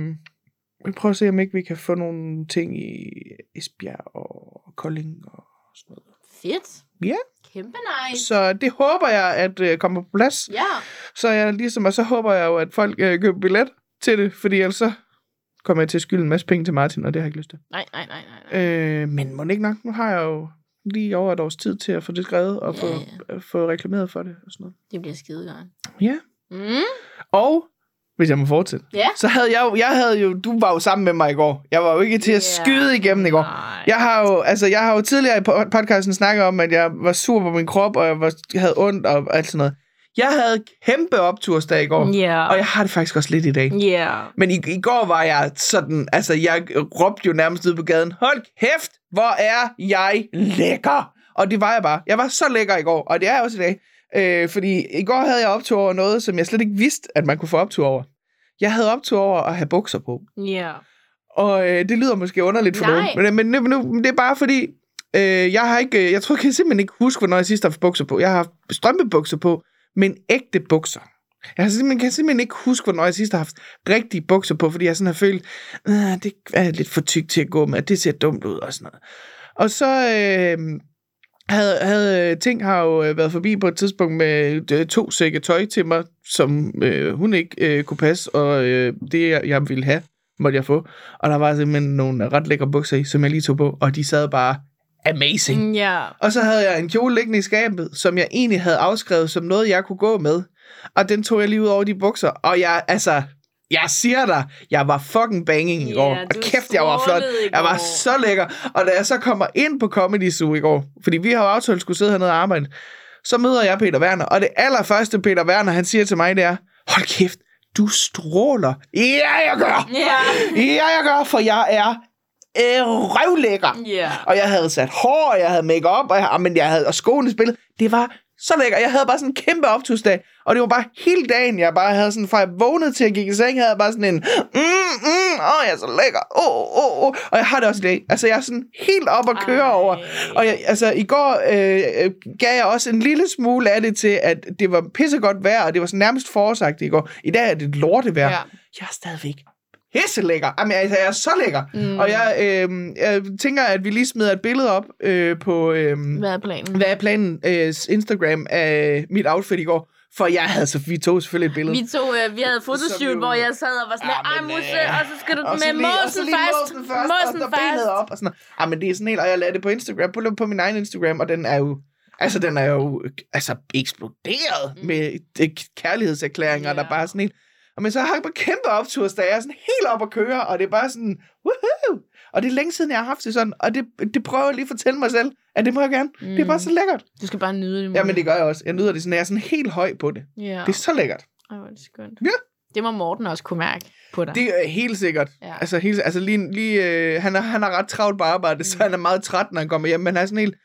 S3: vi prøver at se, om ikke vi kan få nogle ting i Esbjerg og Kolding og sådan noget.
S2: Fedt.
S3: Ja.
S2: Kæmpe nice.
S3: Så det håber jeg, at øh, kommer på plads.
S2: Ja.
S3: Så jeg ligesom, og så håber jeg jo, at folk øh, køber billet til det, fordi ellers så kommer jeg til at skylde en masse penge til Martin, og det har jeg ikke lyst til.
S2: Nej, nej, nej, nej. nej.
S3: Øh, men må ikke nok, nu har jeg jo lige over et års tid til at få det skrevet og få,
S2: Ja,
S3: øh, få reklameret for det og sådan noget.
S2: Det bliver skide godt.
S3: Ja.
S2: Mm.
S3: Og, hvis jeg må fortsætte,
S2: Ja.
S3: så havde jeg jo, jeg havde jo, du var jo sammen med mig i går. Jeg var jo ikke til at
S2: Ja,
S3: skyde igennem i går.
S2: Nej.
S3: Jeg har jo, altså, jeg har jo tidligere i po- podcasten snakket om, at jeg var sur på min krop, og jeg, var, jeg havde ondt og alt sådan noget. Jeg havde kæmpe optursdag i går,
S2: Ja.
S3: og jeg har det faktisk også lidt i dag.
S2: Ja.
S3: Men i, i går var jeg sådan, altså jeg råbte jo nærmest ud på gaden, hold kæft, hvor er jeg lækker! Og det var jeg bare. Jeg var så lækker i går, og det er jeg også i dag. Øh, fordi i går havde jeg optur over noget, som jeg slet ikke vidste, at man kunne få optur over. Jeg havde optur over at have bukser på.
S2: Ja.
S3: Og øh, det lyder måske underligt for
S2: Nej.
S3: nogen, men, men, nu, nu, men det er bare fordi, øh, jeg har ikke, øh, jeg tror, jeg kan simpelthen ikke huske, hvornår jeg sidst har haft bukser på. Jeg har haft strømpebukser på, men ægte bukser. Jeg har simpelthen, kan simpelthen ikke huske, hvornår jeg sidst har haft rigtige bukser på, fordi jeg sådan har følt, "Ah, det er lidt for tykt til at gå med, og det ser dumt ud og sådan noget. Og så øh, havde, havde Ting har jo øh, været forbi på et tidspunkt med øh, to sække tøj til mig, som øh, hun ikke øh, kunne passe, og øh, det, jeg, jeg ville have, måtte jeg få. Og der var simpelthen nogle ret lækre bukser i, som jeg lige tog på, og de sad bare amazing. Mm.
S2: Ja.
S3: Og så havde jeg en kjole liggende i skabet, som jeg egentlig havde afskrevet som noget, jeg kunne gå med. Og den tog jeg lige ud over de bukser, og jeg, altså, jeg siger dig, jeg var fucking banging i
S2: Ja,
S3: går.
S2: du
S3: og kæft, jeg var flot.
S2: strålede i
S3: Jeg var
S2: går.
S3: så lækker. Og da jeg så kommer ind på Comedy Zoo i går, fordi vi har jo aftalt, at skulle sidde hernede og arbejde, så møder jeg Peter Werner. Og det allerførste, Peter Werner, han siger til mig, det er, hold kæft, du stråler. Ja, jeg gør!
S2: Ja.
S3: Ja, jeg gør, for jeg er øh, røvlækker.
S2: Ja.
S3: Og jeg havde sat hår, og jeg havde makeup, og, jeg, ah, men jeg havde, og skoene spillet. Det var så lækker. Jeg havde bare sådan en kæmpe optusdag. Og det var bare hele dagen, jeg bare havde sådan, fra jeg vågnede til jeg gik i seng, havde jeg bare sådan en, mm, mm, åh, jeg er så lækker, åh, åh, åh. Og jeg har det også i dag. Altså, jeg er sådan helt op og køre
S2: Ej.
S3: over. Og jeg, altså, i går øh, øh, gav jeg også en lille smule af det til, at det var pissegodt vejr, og det var sådan nærmest forårsagt i går. I dag er det lorte vejr.
S2: Ja.
S3: Ja. Jeg er stadigvæk pisselækker. Jamen, altså, jeg er så lækker. Mm. Og jeg, øh, jeg tænker, at vi lige smider et billede op øh, på, øh,
S2: Hvad er planen?
S3: hvad er planen, øh, Instagram af mit outfit i går. For jeg havde, så vi tog selvfølgelig et billede.
S2: Vi to, øh, vi havde fotoshoot,
S3: vi-
S2: hvor jeg sad og var sådan,
S3: Ja,
S2: ej
S3: men,
S2: Musse,
S3: øh,
S2: og så skal du
S3: Og så
S2: med
S3: lige- og så
S2: måsen
S3: lige
S2: først.
S3: Måsen først, og så benet op og sådan noget. Ej, men det er sådan helt, og jeg lagde det på Instagram, på, på min egen Instagram, og den er jo, altså den er jo, altså eksploderet mm. med det, kærlighedserklæringer,
S2: Ja.
S3: yeah. der bare er sådan helt, og men så har jeg bare kæmpe opturs, der jeg er sådan helt op at køre, og det er bare sådan, woohoo! Og det er længe siden, jeg har haft det sådan, og det, det prøver jeg lige at fortælle mig selv, at det må jeg gerne. Mm. Det er bare så lækkert.
S2: Du skal bare nyde det, Musse.
S3: Jamen, det gør jeg også. Jeg nyder det sådan, jeg er sådan helt høj på det.
S2: Mm. Ja.
S3: Det er så lækkert.
S2: Ej, hvor er det skønt.
S3: Ja.
S2: Det må Morten også kunne mærke på dig.
S3: Det er helt sikkert.
S2: Ja.
S3: Ja. Altså, helt, altså lige, lige øh, han, er, han er ret travlt på arbejde, mm. så han er meget træt, når han kommer hjem, men han er sådan helt...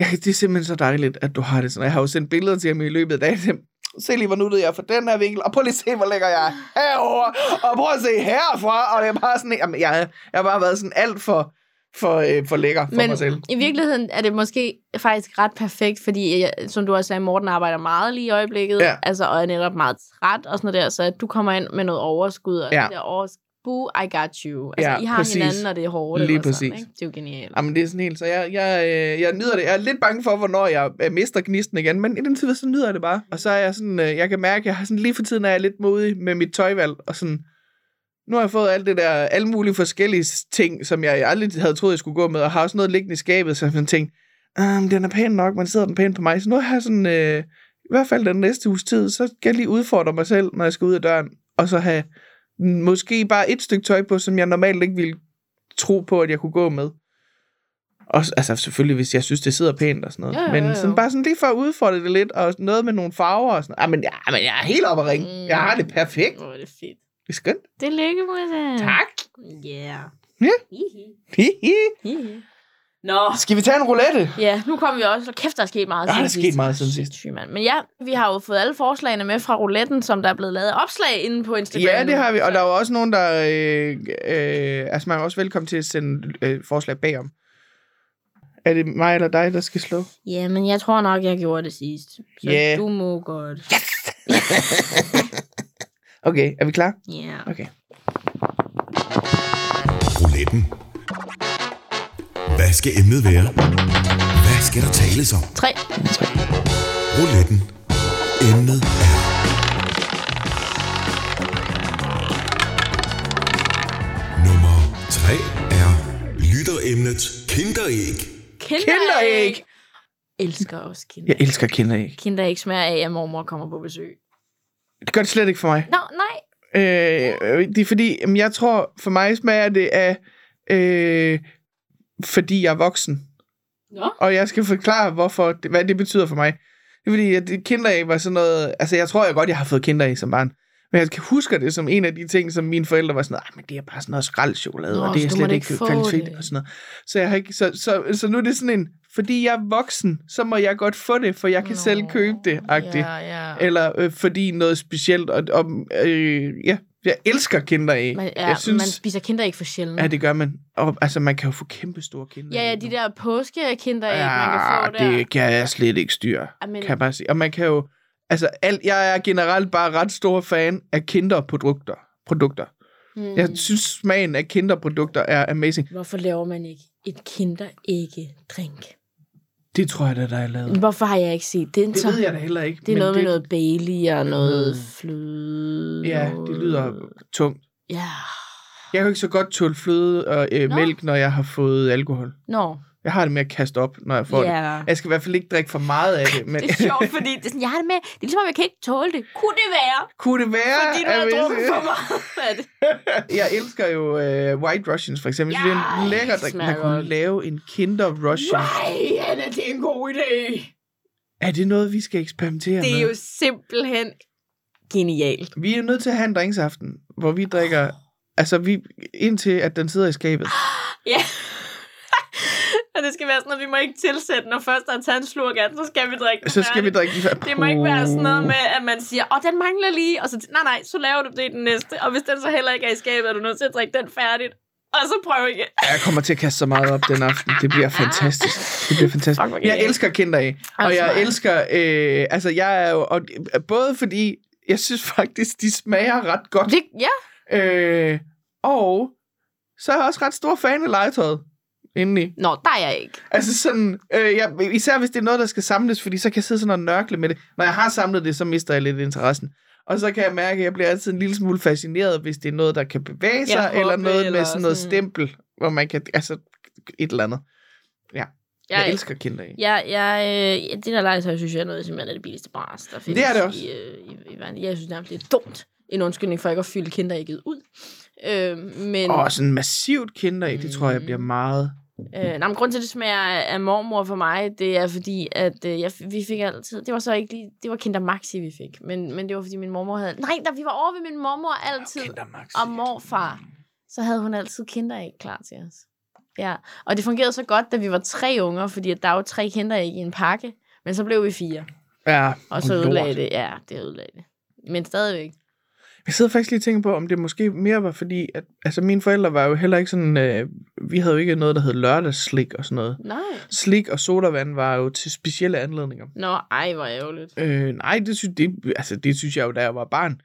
S3: Ja, det er simpelthen så dejligt, at du har det sådan. Jeg har jo sendt billeder til ham i løbet af dagen. Sådan, Se lige, hvor nuttet jeg er fra den her vinkel, og prøv lige at se, hvor lækker jeg er herovre, og prøv at se herfra, og det er bare sådan, jamen, jeg, jeg har bare været sådan alt for, for, øh, for lækker for
S2: Men
S3: mig selv.
S2: i virkeligheden er det måske faktisk ret perfekt, fordi jeg, som du også sagde, Morten arbejder meget lige i øjeblikket,
S3: Ja.
S2: altså, og er netop meget træt og sådan noget der, så at du kommer ind med noget overskud, og
S3: Ja.
S2: det der overskud, boo, I got you. Altså,
S3: Ja,
S2: I har
S3: præcis.
S2: hinanden, og det er hårdt.
S3: Lige
S2: eller sådan,
S3: præcis.
S2: ikke? Det er jo genialt.
S3: Jamen, det er sådan helt, så jeg, jeg, øh, jeg nyder det. Jeg er lidt bange for, hvornår jeg øh, mister gnisten igen, men i den tid, så nyder jeg det bare. Og så er jeg sådan, øh, jeg kan mærke, jeg har sådan lige for tiden er jeg lidt modig med mit tøjvalg, og sådan, nu har jeg fået alt det der, alle mulige forskellige ting, som jeg aldrig havde troet, jeg skulle gå med, og har også noget liggende i skabet, så jeg sådan tænkt, um, den er pæn nok, men sidder den pæn på mig? Så nu har jeg sådan, øh, i hvert fald den næste uges tid, så skal jeg lige udfordre mig selv, når jeg skal ud af døren, og så have mm, måske bare et stykke tøj på, som jeg normalt ikke ville tro på, at jeg kunne gå med. Og, s- altså selvfølgelig, hvis jeg synes, det sidder pænt og sådan noget.
S2: Jo, jo,
S3: men
S2: jo, jo.
S3: Sådan, bare sådan lige for at udfordre det lidt, og noget med nogle farver og sådan noget. Ah, men, ja, men jeg er helt oppe at ringe.
S2: Mm.
S3: Jeg har det perfekt.
S2: Hvor er det fedt.
S3: Det er skønt.
S2: Det er lykke, Musse.
S3: Tak.
S2: Yeah.
S3: Ja.
S2: Hihi.
S3: Hihi.
S2: Hihi. Nå,
S3: Skal vi tage en roulette?
S2: Ja, nu kommer vi også. Hold Kæft, der er sket meget
S3: Ja, der er
S2: sidst.
S3: sket meget siden sidst.
S2: Sygt, mand. Men ja, vi har jo fået alle forslagene med fra rouletten, som der er blevet lavet opslag inde på Instagram.
S3: Ja, det
S2: nu.
S3: har vi. Og
S2: Så-
S3: der er jo også nogen, der... Øh, øh, altså, man er også velkommen til at sende øh, forslag bagom. Er det mig eller dig, der skal slå?
S2: Ja, men jeg tror nok, jeg gjorde det sidst. Så
S3: Ja.
S2: du må godt.
S3: Okay, er vi klar?
S2: Ja.
S3: Okay.
S1: Rouletten. Hvad skal emnet være? Hvad skal der tales om?
S2: Tre.
S1: Rouletten. Emnet er... Nummer 3 er lytteremnet kinderæg.
S3: Kinderæg!
S2: Elsker også
S3: Jeg
S2: kinderæg.
S3: elsker kinderæg.
S2: Kinderæg smager af, at mormor kommer på besøg.
S3: Det gør det slet ikke for mig.
S2: Nå, nej.
S3: Øh, øh, det er fordi, jamen, jeg tror, for mig smager det af, øh, fordi jeg er voksen.
S2: Nå.
S3: Og jeg skal forklare, hvorfor det, hvad det betyder for mig. Det er fordi, at det- kinderæg var sådan noget... Altså, jeg tror jeg godt, jeg har fået kinderæg som barn. Men jeg kan huske det som en af de ting, som mine forældre var sådan noget, "Ej, men det er bare sådan noget skraldchokolade,
S2: Nå,
S3: og det
S2: så
S3: er
S2: du
S3: slet
S2: måtte
S3: ikke
S2: ikke få
S3: kvalitet
S2: det."
S3: og sådan noget. Så, jeg har ikke, så, så, så, nu er det sådan en, fordi jeg er voksen, så må jeg godt få det, for jeg kan Nå, selv købe det, agtigt.
S2: Ja, ja.
S3: eller øh, fordi noget specielt. Og, og, øh, ja, jeg elsker kinderæg.
S2: Man, ja,
S3: jeg
S2: man spiser kinderæg for sjældent.
S3: ja, det gør man. Og, altså, man kan jo få kæmpe store kinderæg.
S2: Ja, ja, de der påskekinderæg,
S3: ja,
S2: man kan få der.
S3: Ah, det kan jeg slet ikke styre,
S2: Ej, men-
S3: men... kan jeg bare sige. Og man kan jo... Altså, alt, jeg er generelt bare ret stor fan af kinderprodukter. Produkter.
S2: Hmm.
S3: Mm. Jeg synes, smagen af kinderprodukter er amazing.
S2: Hvorfor laver man ikke et kinderægge-drink?
S3: Det tror jeg da, der er lavet.
S2: Hvorfor har jeg ikke set den
S3: Det
S2: så?
S3: ved jeg da heller ikke.
S2: Mm. Det er
S3: men
S2: noget
S3: det,
S2: med noget Bailey og noget
S3: Mm.
S2: fløde.
S3: Ja, det lyder tungt.
S2: Ja.
S3: Jeg kan ikke så godt tåle fløde og øh,
S2: Nå.
S3: mælk, når jeg har fået alkohol.
S2: Nå,
S3: Jeg har det med at kaste op, når jeg får yeah. det.
S2: ja.
S3: Jeg skal i hvert fald ikke drikke for meget af det. Men
S2: Det er sjovt, fordi det er sådan, jeg har det med. Det er ligesom, om jeg kan ikke tåle det. Kunne det være,
S3: kunne det være,
S2: fordi du har
S3: hvis-
S2: drukket for meget af det?
S3: jeg elsker jo øh, White Russians for eksempel. Ja, det er
S2: Ja,
S3: en lækker
S2: det
S3: drik. Man
S2: smager
S3: kunne
S2: godt.
S3: lave en Kinder Russian.
S2: Nej, Anna, det er en god idé.
S3: Er det noget, vi skal eksperimentere
S2: Det er
S3: med?
S2: jo simpelthen genialt.
S3: Vi er nødt til at have en drinksaften, hvor vi drikker Altså, vi, indtil at den sidder i skabet.
S2: Ah, Ja. Og det skal være sådan, at vi må ikke tilsætte, når først der er taget en slurk af, den, så skal vi drikke den
S3: Så skal
S2: færdig.
S3: vi drikke den færdig.
S2: Det må ikke være sådan noget med, at man siger, åh, den mangler lige, og så nej, nej, så laver du det i den næste, og hvis den så heller ikke er i skabet, er du nødt til at drikke den færdigt, og så prøv igen.
S3: Jeg kommer til at kaste så meget op den aften. Det bliver fantastisk. Det bliver fantastisk.
S2: Ah. Fuck, hvor
S3: Jeg
S2: genialt.
S3: elsker kinderæg. Og
S2: Altså,
S3: jeg
S2: nej.
S3: elsker... Øh, altså, jeg er jo... Og, både fordi, jeg synes faktisk, de smager ret godt.
S2: Det, ja,
S3: Øh, og så er jeg også ret stor fan af legetøjet indeni.
S2: nå, der er jeg ikke.
S3: Altså sådan, øh, jeg, især hvis det er noget, der skal samles, fordi så kan jeg sidde sådan og nørkle med det. Når jeg har samlet det, så mister jeg lidt interessen. Og så kan jeg mærke, at jeg bliver altid en lille smule fascineret, hvis det er noget, der kan bevæge sig,
S2: hoppe
S3: eller noget med
S2: eller
S3: sådan noget
S2: sådan-
S3: stempel, hvor man kan, altså et eller andet. Jeg, jeg elsker kinder i.
S2: Jeg, jeg, øh, det der legetøj, synes jeg, er noget, simpelthen er det billigste bras, der findes
S3: Det er det også.
S2: I, øh, i, i, verden. Jeg synes nærmest, det er dumt. En undskyldning for ikke at fylde kinderægget ud. Øh, men,
S3: Og sådan massivt kinder i, det tror jeg
S2: Mm.
S3: bliver meget.
S2: øh, nej, men grund til, at det smager af af mormor for mig, det er fordi, at øh, jeg, vi fik altid... Det var så ikke lige... Det var Kinder Maxi, vi fik. Men, men det var, fordi min mormor havde... Nej, da vi var over ved min mormor altid.
S3: Kinder Maxi.
S2: Og morfar. Så havde hun altid kinderæg klar til os. Ja, og det fungerede så godt, da vi var tre unger, fordi at der er jo tre kinderæg i en pakke. Men så blev vi fire.
S3: Ja,
S2: Og så
S3: lort.
S2: ødelagde det. Ja, det ødelagde det. Men stadigvæk.
S3: Jeg sidder faktisk lige og tænker på, om det måske mere var fordi, at altså, mine forældre var jo heller ikke sådan, øh, vi havde jo ikke noget, der hed lørdagsslik og sådan noget.
S2: Nej.
S3: Slik og sodavand var jo til specielle anledninger.
S2: Nå, ej, hvor ærgerligt.
S3: Øh, nej, det synes, det, altså, det synes jeg jo, da jeg var barn.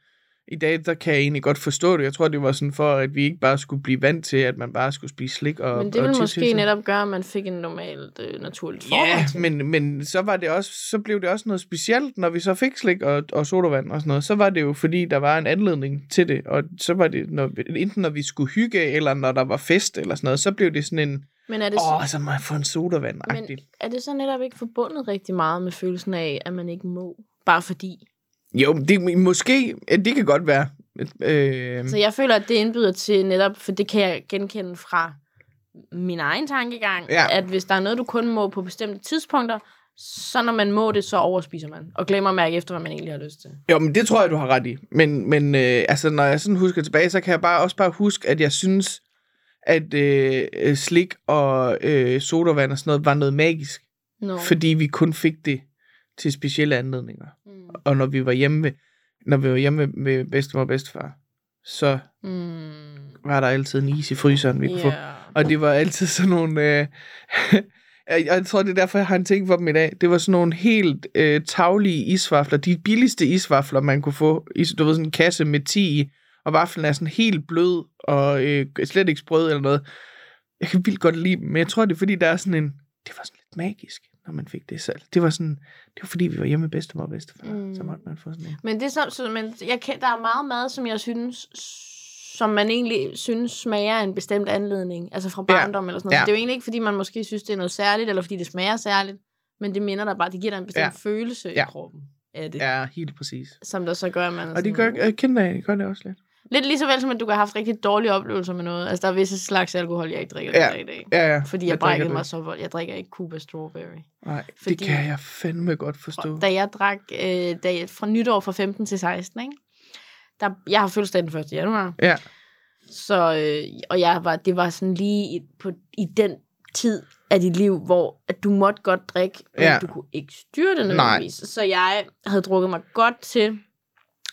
S3: I dag, der kan jeg egentlig godt forstå det. Jeg tror, det var sådan for, at vi ikke bare skulle blive vant til, at man bare skulle spise slik og
S2: Men det
S3: Øh, og
S2: ville
S3: tit hele
S2: måske
S3: tiden.
S2: netop gøre, at man fik en normalt, øh, naturligt forhold
S3: Ja,
S2: til.
S3: men, men så, var det også, så blev det også noget specielt, når vi så fik slik og, og sodavand og sådan noget. Så var det jo, fordi der var en anledning til det. Og så var det, når, enten når vi skulle hygge, eller når der var fest eller sådan noget, så blev det sådan en,
S2: Men er det,
S3: åh,
S2: så,
S3: oh, så må jeg få en sodavand
S2: men er det så netop ikke forbundet rigtig meget med følelsen af, at man ikke må? Bare fordi.
S3: Jo, det, måske, ja, det kan godt være. Øh,
S2: Så jeg føler, at det indbyder til netop, for det kan jeg genkende fra min egen tankegang,
S3: Ja.
S2: at hvis der er noget, du kun må på bestemte tidspunkter, så når man må det, så overspiser man. Og glemmer at mærke efter, hvad man egentlig har lyst til.
S3: Jo, men det tror jeg, du har ret i. Men, men øh, altså, når jeg sådan husker tilbage, så kan jeg bare også bare huske, at jeg synes, at øh, øh, slik og øh, sodavand og sådan noget var noget magisk.
S2: No.
S3: Fordi vi kun fik det til specielle anledninger.
S2: Mm.
S3: Og når vi var hjemme ved, når vi var hjemme ved, med bedstemor og bedstefar, så
S2: Mm.
S3: var der altid en is i fryseren, vi kunne få.
S2: Ja.
S3: Og det var altid sådan nogle... Øh, jeg jeg tror, det er derfor, jeg har en ting for dem i dag. Det var sådan nogle helt øh, taglige isvafler. De billigste isvafler, man kunne få. I, du ved, sådan en kasse med 10 i. Og vaflen er sådan helt blød og øh, slet ikke sprød eller noget. Jeg kan vildt godt lide dem, men jeg tror, det er fordi, der er sådan en... Det var sådan lidt magisk, når man fik det selv. Det var sådan... Det var fordi, vi var hjemme med bedstemor og bedstefar. Mm.
S2: Mm.
S3: Så måtte man få sådan en.
S2: Men det er sådan, så, men jeg kan, der er meget mad, som jeg synes, som man egentlig synes smager af en bestemt anledning, altså fra barndom ja. eller sådan noget.
S3: Ja.
S2: Ja. Det er jo egentlig ikke, fordi man måske synes, det er noget særligt, eller fordi det smager særligt, men det minder dig bare, det giver dig en bestemt
S3: Ja.
S2: ja. følelse
S3: Ja.
S2: ja. i kroppen af det, ja.
S3: Ja, helt præcis.
S2: som der så gør, at man er
S3: Og
S2: sådan-
S3: det gør, øh, kinder, gør det også lidt.
S2: Lidt lige så vel som, at du kan have haft rigtig dårlige oplevelser med noget. Altså, der er visse slags alkohol, jeg ikke drikker
S3: Ja.
S2: ja. i dag.
S3: Ja, ja.
S2: Fordi jeg
S3: Hvad drikker
S2: brækkede
S3: du?
S2: mig så vold. Jeg drikker ikke Cuba Strawberry.
S3: Nej, det
S2: Fordi-
S3: kan jeg fandme godt forstå.
S2: Da jeg drak øh, da jeg, fra nytår fra 15 til 16, ikke? Der, jeg har fødselsdag den 1. januar.
S3: Ja.
S2: Så, øh, og jeg var, det var sådan lige i, på, i den tid af dit liv, hvor at du måtte godt drikke, men
S3: Ja.
S2: ja. du kunne ikke styre det nødvendigvis. Så jeg havde drukket mig godt til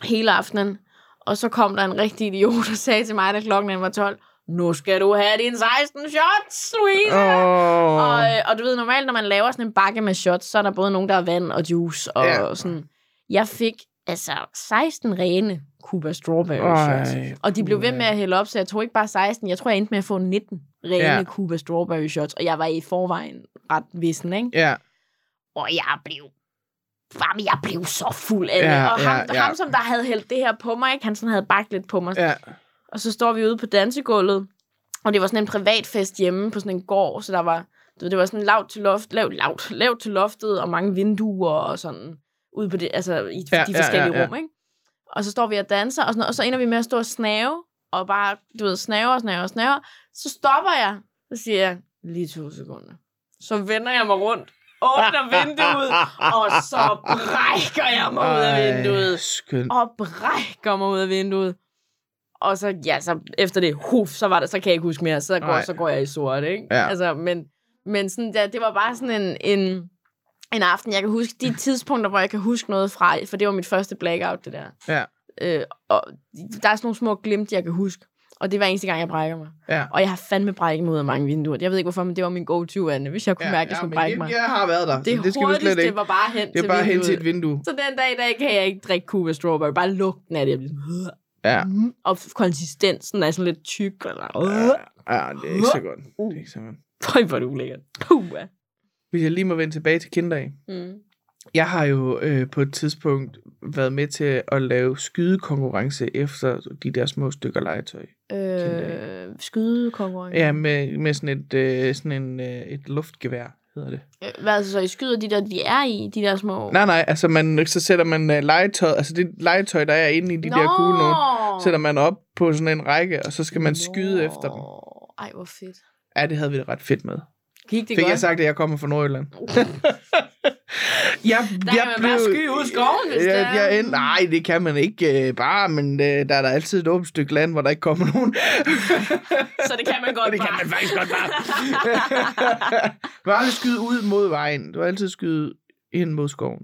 S2: hele aftenen, og så kom der en rigtig idiot og sagde til mig, da klokken var 12, nu skal du have din 16 shots, Louise!
S3: Åh.
S2: Og, øh, og du ved, normalt, når man laver sådan en bakke med shots, så er der både nogen, der er vand og juice og
S3: Ja.
S2: ja. sådan. Jeg fik altså 16 rene Cuba Strawberry shots.
S3: Ej,
S2: Og de blev ved
S3: puha.
S2: med at hælde op, så jeg tog ikke bare 16, jeg tror, jeg endte med at få 19 rene
S3: Ja.
S2: ja. Cuba Strawberry shots. Og jeg var i forvejen ret vissen, ikke?
S3: Ja,
S2: Og jeg blev... Jamen, jeg blev så fuld af det.
S3: Ja,
S2: og ham,
S3: ja, ja.
S2: ham, som der havde hældt det her på mig, ikke? han sådan havde bagt lidt på mig.
S3: ja.
S2: Og så står vi ude på dansegulvet, og det var sådan en privatfest hjemme på sådan en gård, så der var, du ved, det var sådan lavt til, loft, lavt, lavt, lavt til loftet, og mange vinduer og sådan, ude på det, altså i
S3: Ja,
S2: ja, de
S3: ja,
S2: forskellige
S3: ja, ja.
S2: rum, ikke? Og så står vi og danser, og, sådan noget, og så ender vi med at stå og snave, og bare, du ved, snave og snave og snave. Så stopper jeg, så siger jeg, lige to sekunder. Så vender jeg mig rundt, åbner vinduet, og så brækker jeg mig ud af
S3: Ej,
S2: vinduet
S3: Skønt.
S2: og brækker mig ud af vinduet. og så, ja, så efter det, huf, så var det, så kan jeg ikke huske mere, så går,
S3: Nej.
S2: så går jeg i sort, ikke?
S3: Ja.
S2: Altså, men, men sådan, ja, det var bare sådan en, en, en aften, jeg kan huske, de tidspunkter, hvor jeg kan huske noget fra, for det var mit første blackout, det der.
S3: Ja.
S2: Øh, og der er sådan nogle små glimt, jeg kan huske, og det var eneste gang, jeg brækker mig.
S3: Ja.
S2: Og jeg har fandme brækket mig ud af mange vinduer. Jeg ved ikke, hvorfor, men det var min go-to, Anne, hvis jeg kunne mærke, at jeg skulle
S3: men
S2: brække
S3: det-
S2: mig.
S3: Jeg har været der,
S2: Det,
S3: så det skal du
S2: hurtigste
S3: slet ikke.
S2: var bare hen
S3: Det er
S2: til
S3: bare hen
S2: vinduet.
S3: til et vindue.
S2: Så den dag i dag kan jeg ikke drikke Cuba Strawberry. Bare lugten af det. Jeg bliver sådan,
S3: Ja.
S2: "Ugh." og konsistensen er sådan lidt tyk. Eller,
S3: Ja,
S2: uh.
S3: ja, det er ikke så godt. Det er ikke så godt.
S2: Øj, hvor er det ulækkert. Cuba.
S3: Hvis jeg lige må vende tilbage til kinderæg.
S2: Mm.
S3: Jeg har jo øh, på et tidspunkt været med til at lave skydekonkurrence efter de der små stykker legetøj.
S2: Øh, skydekonkurrence.
S3: Ja, med, med sådan, et, øh, sådan en, øh, et luftgevær, hedder det.
S2: Øh, Hvad altså, så I skyder de der, de er i, de der små...
S3: Nej, nej, altså man, så sætter man øh, legetøj, altså det legetøj, der er inde i de Nå. der kugle nogen, sætter man op på sådan en række, og så skal man skyde
S2: Nå.
S3: efter dem.
S2: Ej, hvor fedt.
S3: Ja, det havde vi det ret fedt med.
S2: Gik det
S3: Fik
S2: godt?
S3: jeg sagt, at jeg kommer fra Nordjylland? jeg,
S2: Der kan man bare skyde ud i skoven, hvis det
S3: jeg,
S2: er.
S3: jeg, end, Nej, det kan man ikke øh, bare, men øh, der er der altid et åbent stykke land, hvor der ikke kommer nogen.
S2: Så det kan man godt
S3: Og det kan
S2: bare.
S3: man faktisk godt bare. man har aldrig skyde ud mod vejen. Du har altid skyde ind mod skoven.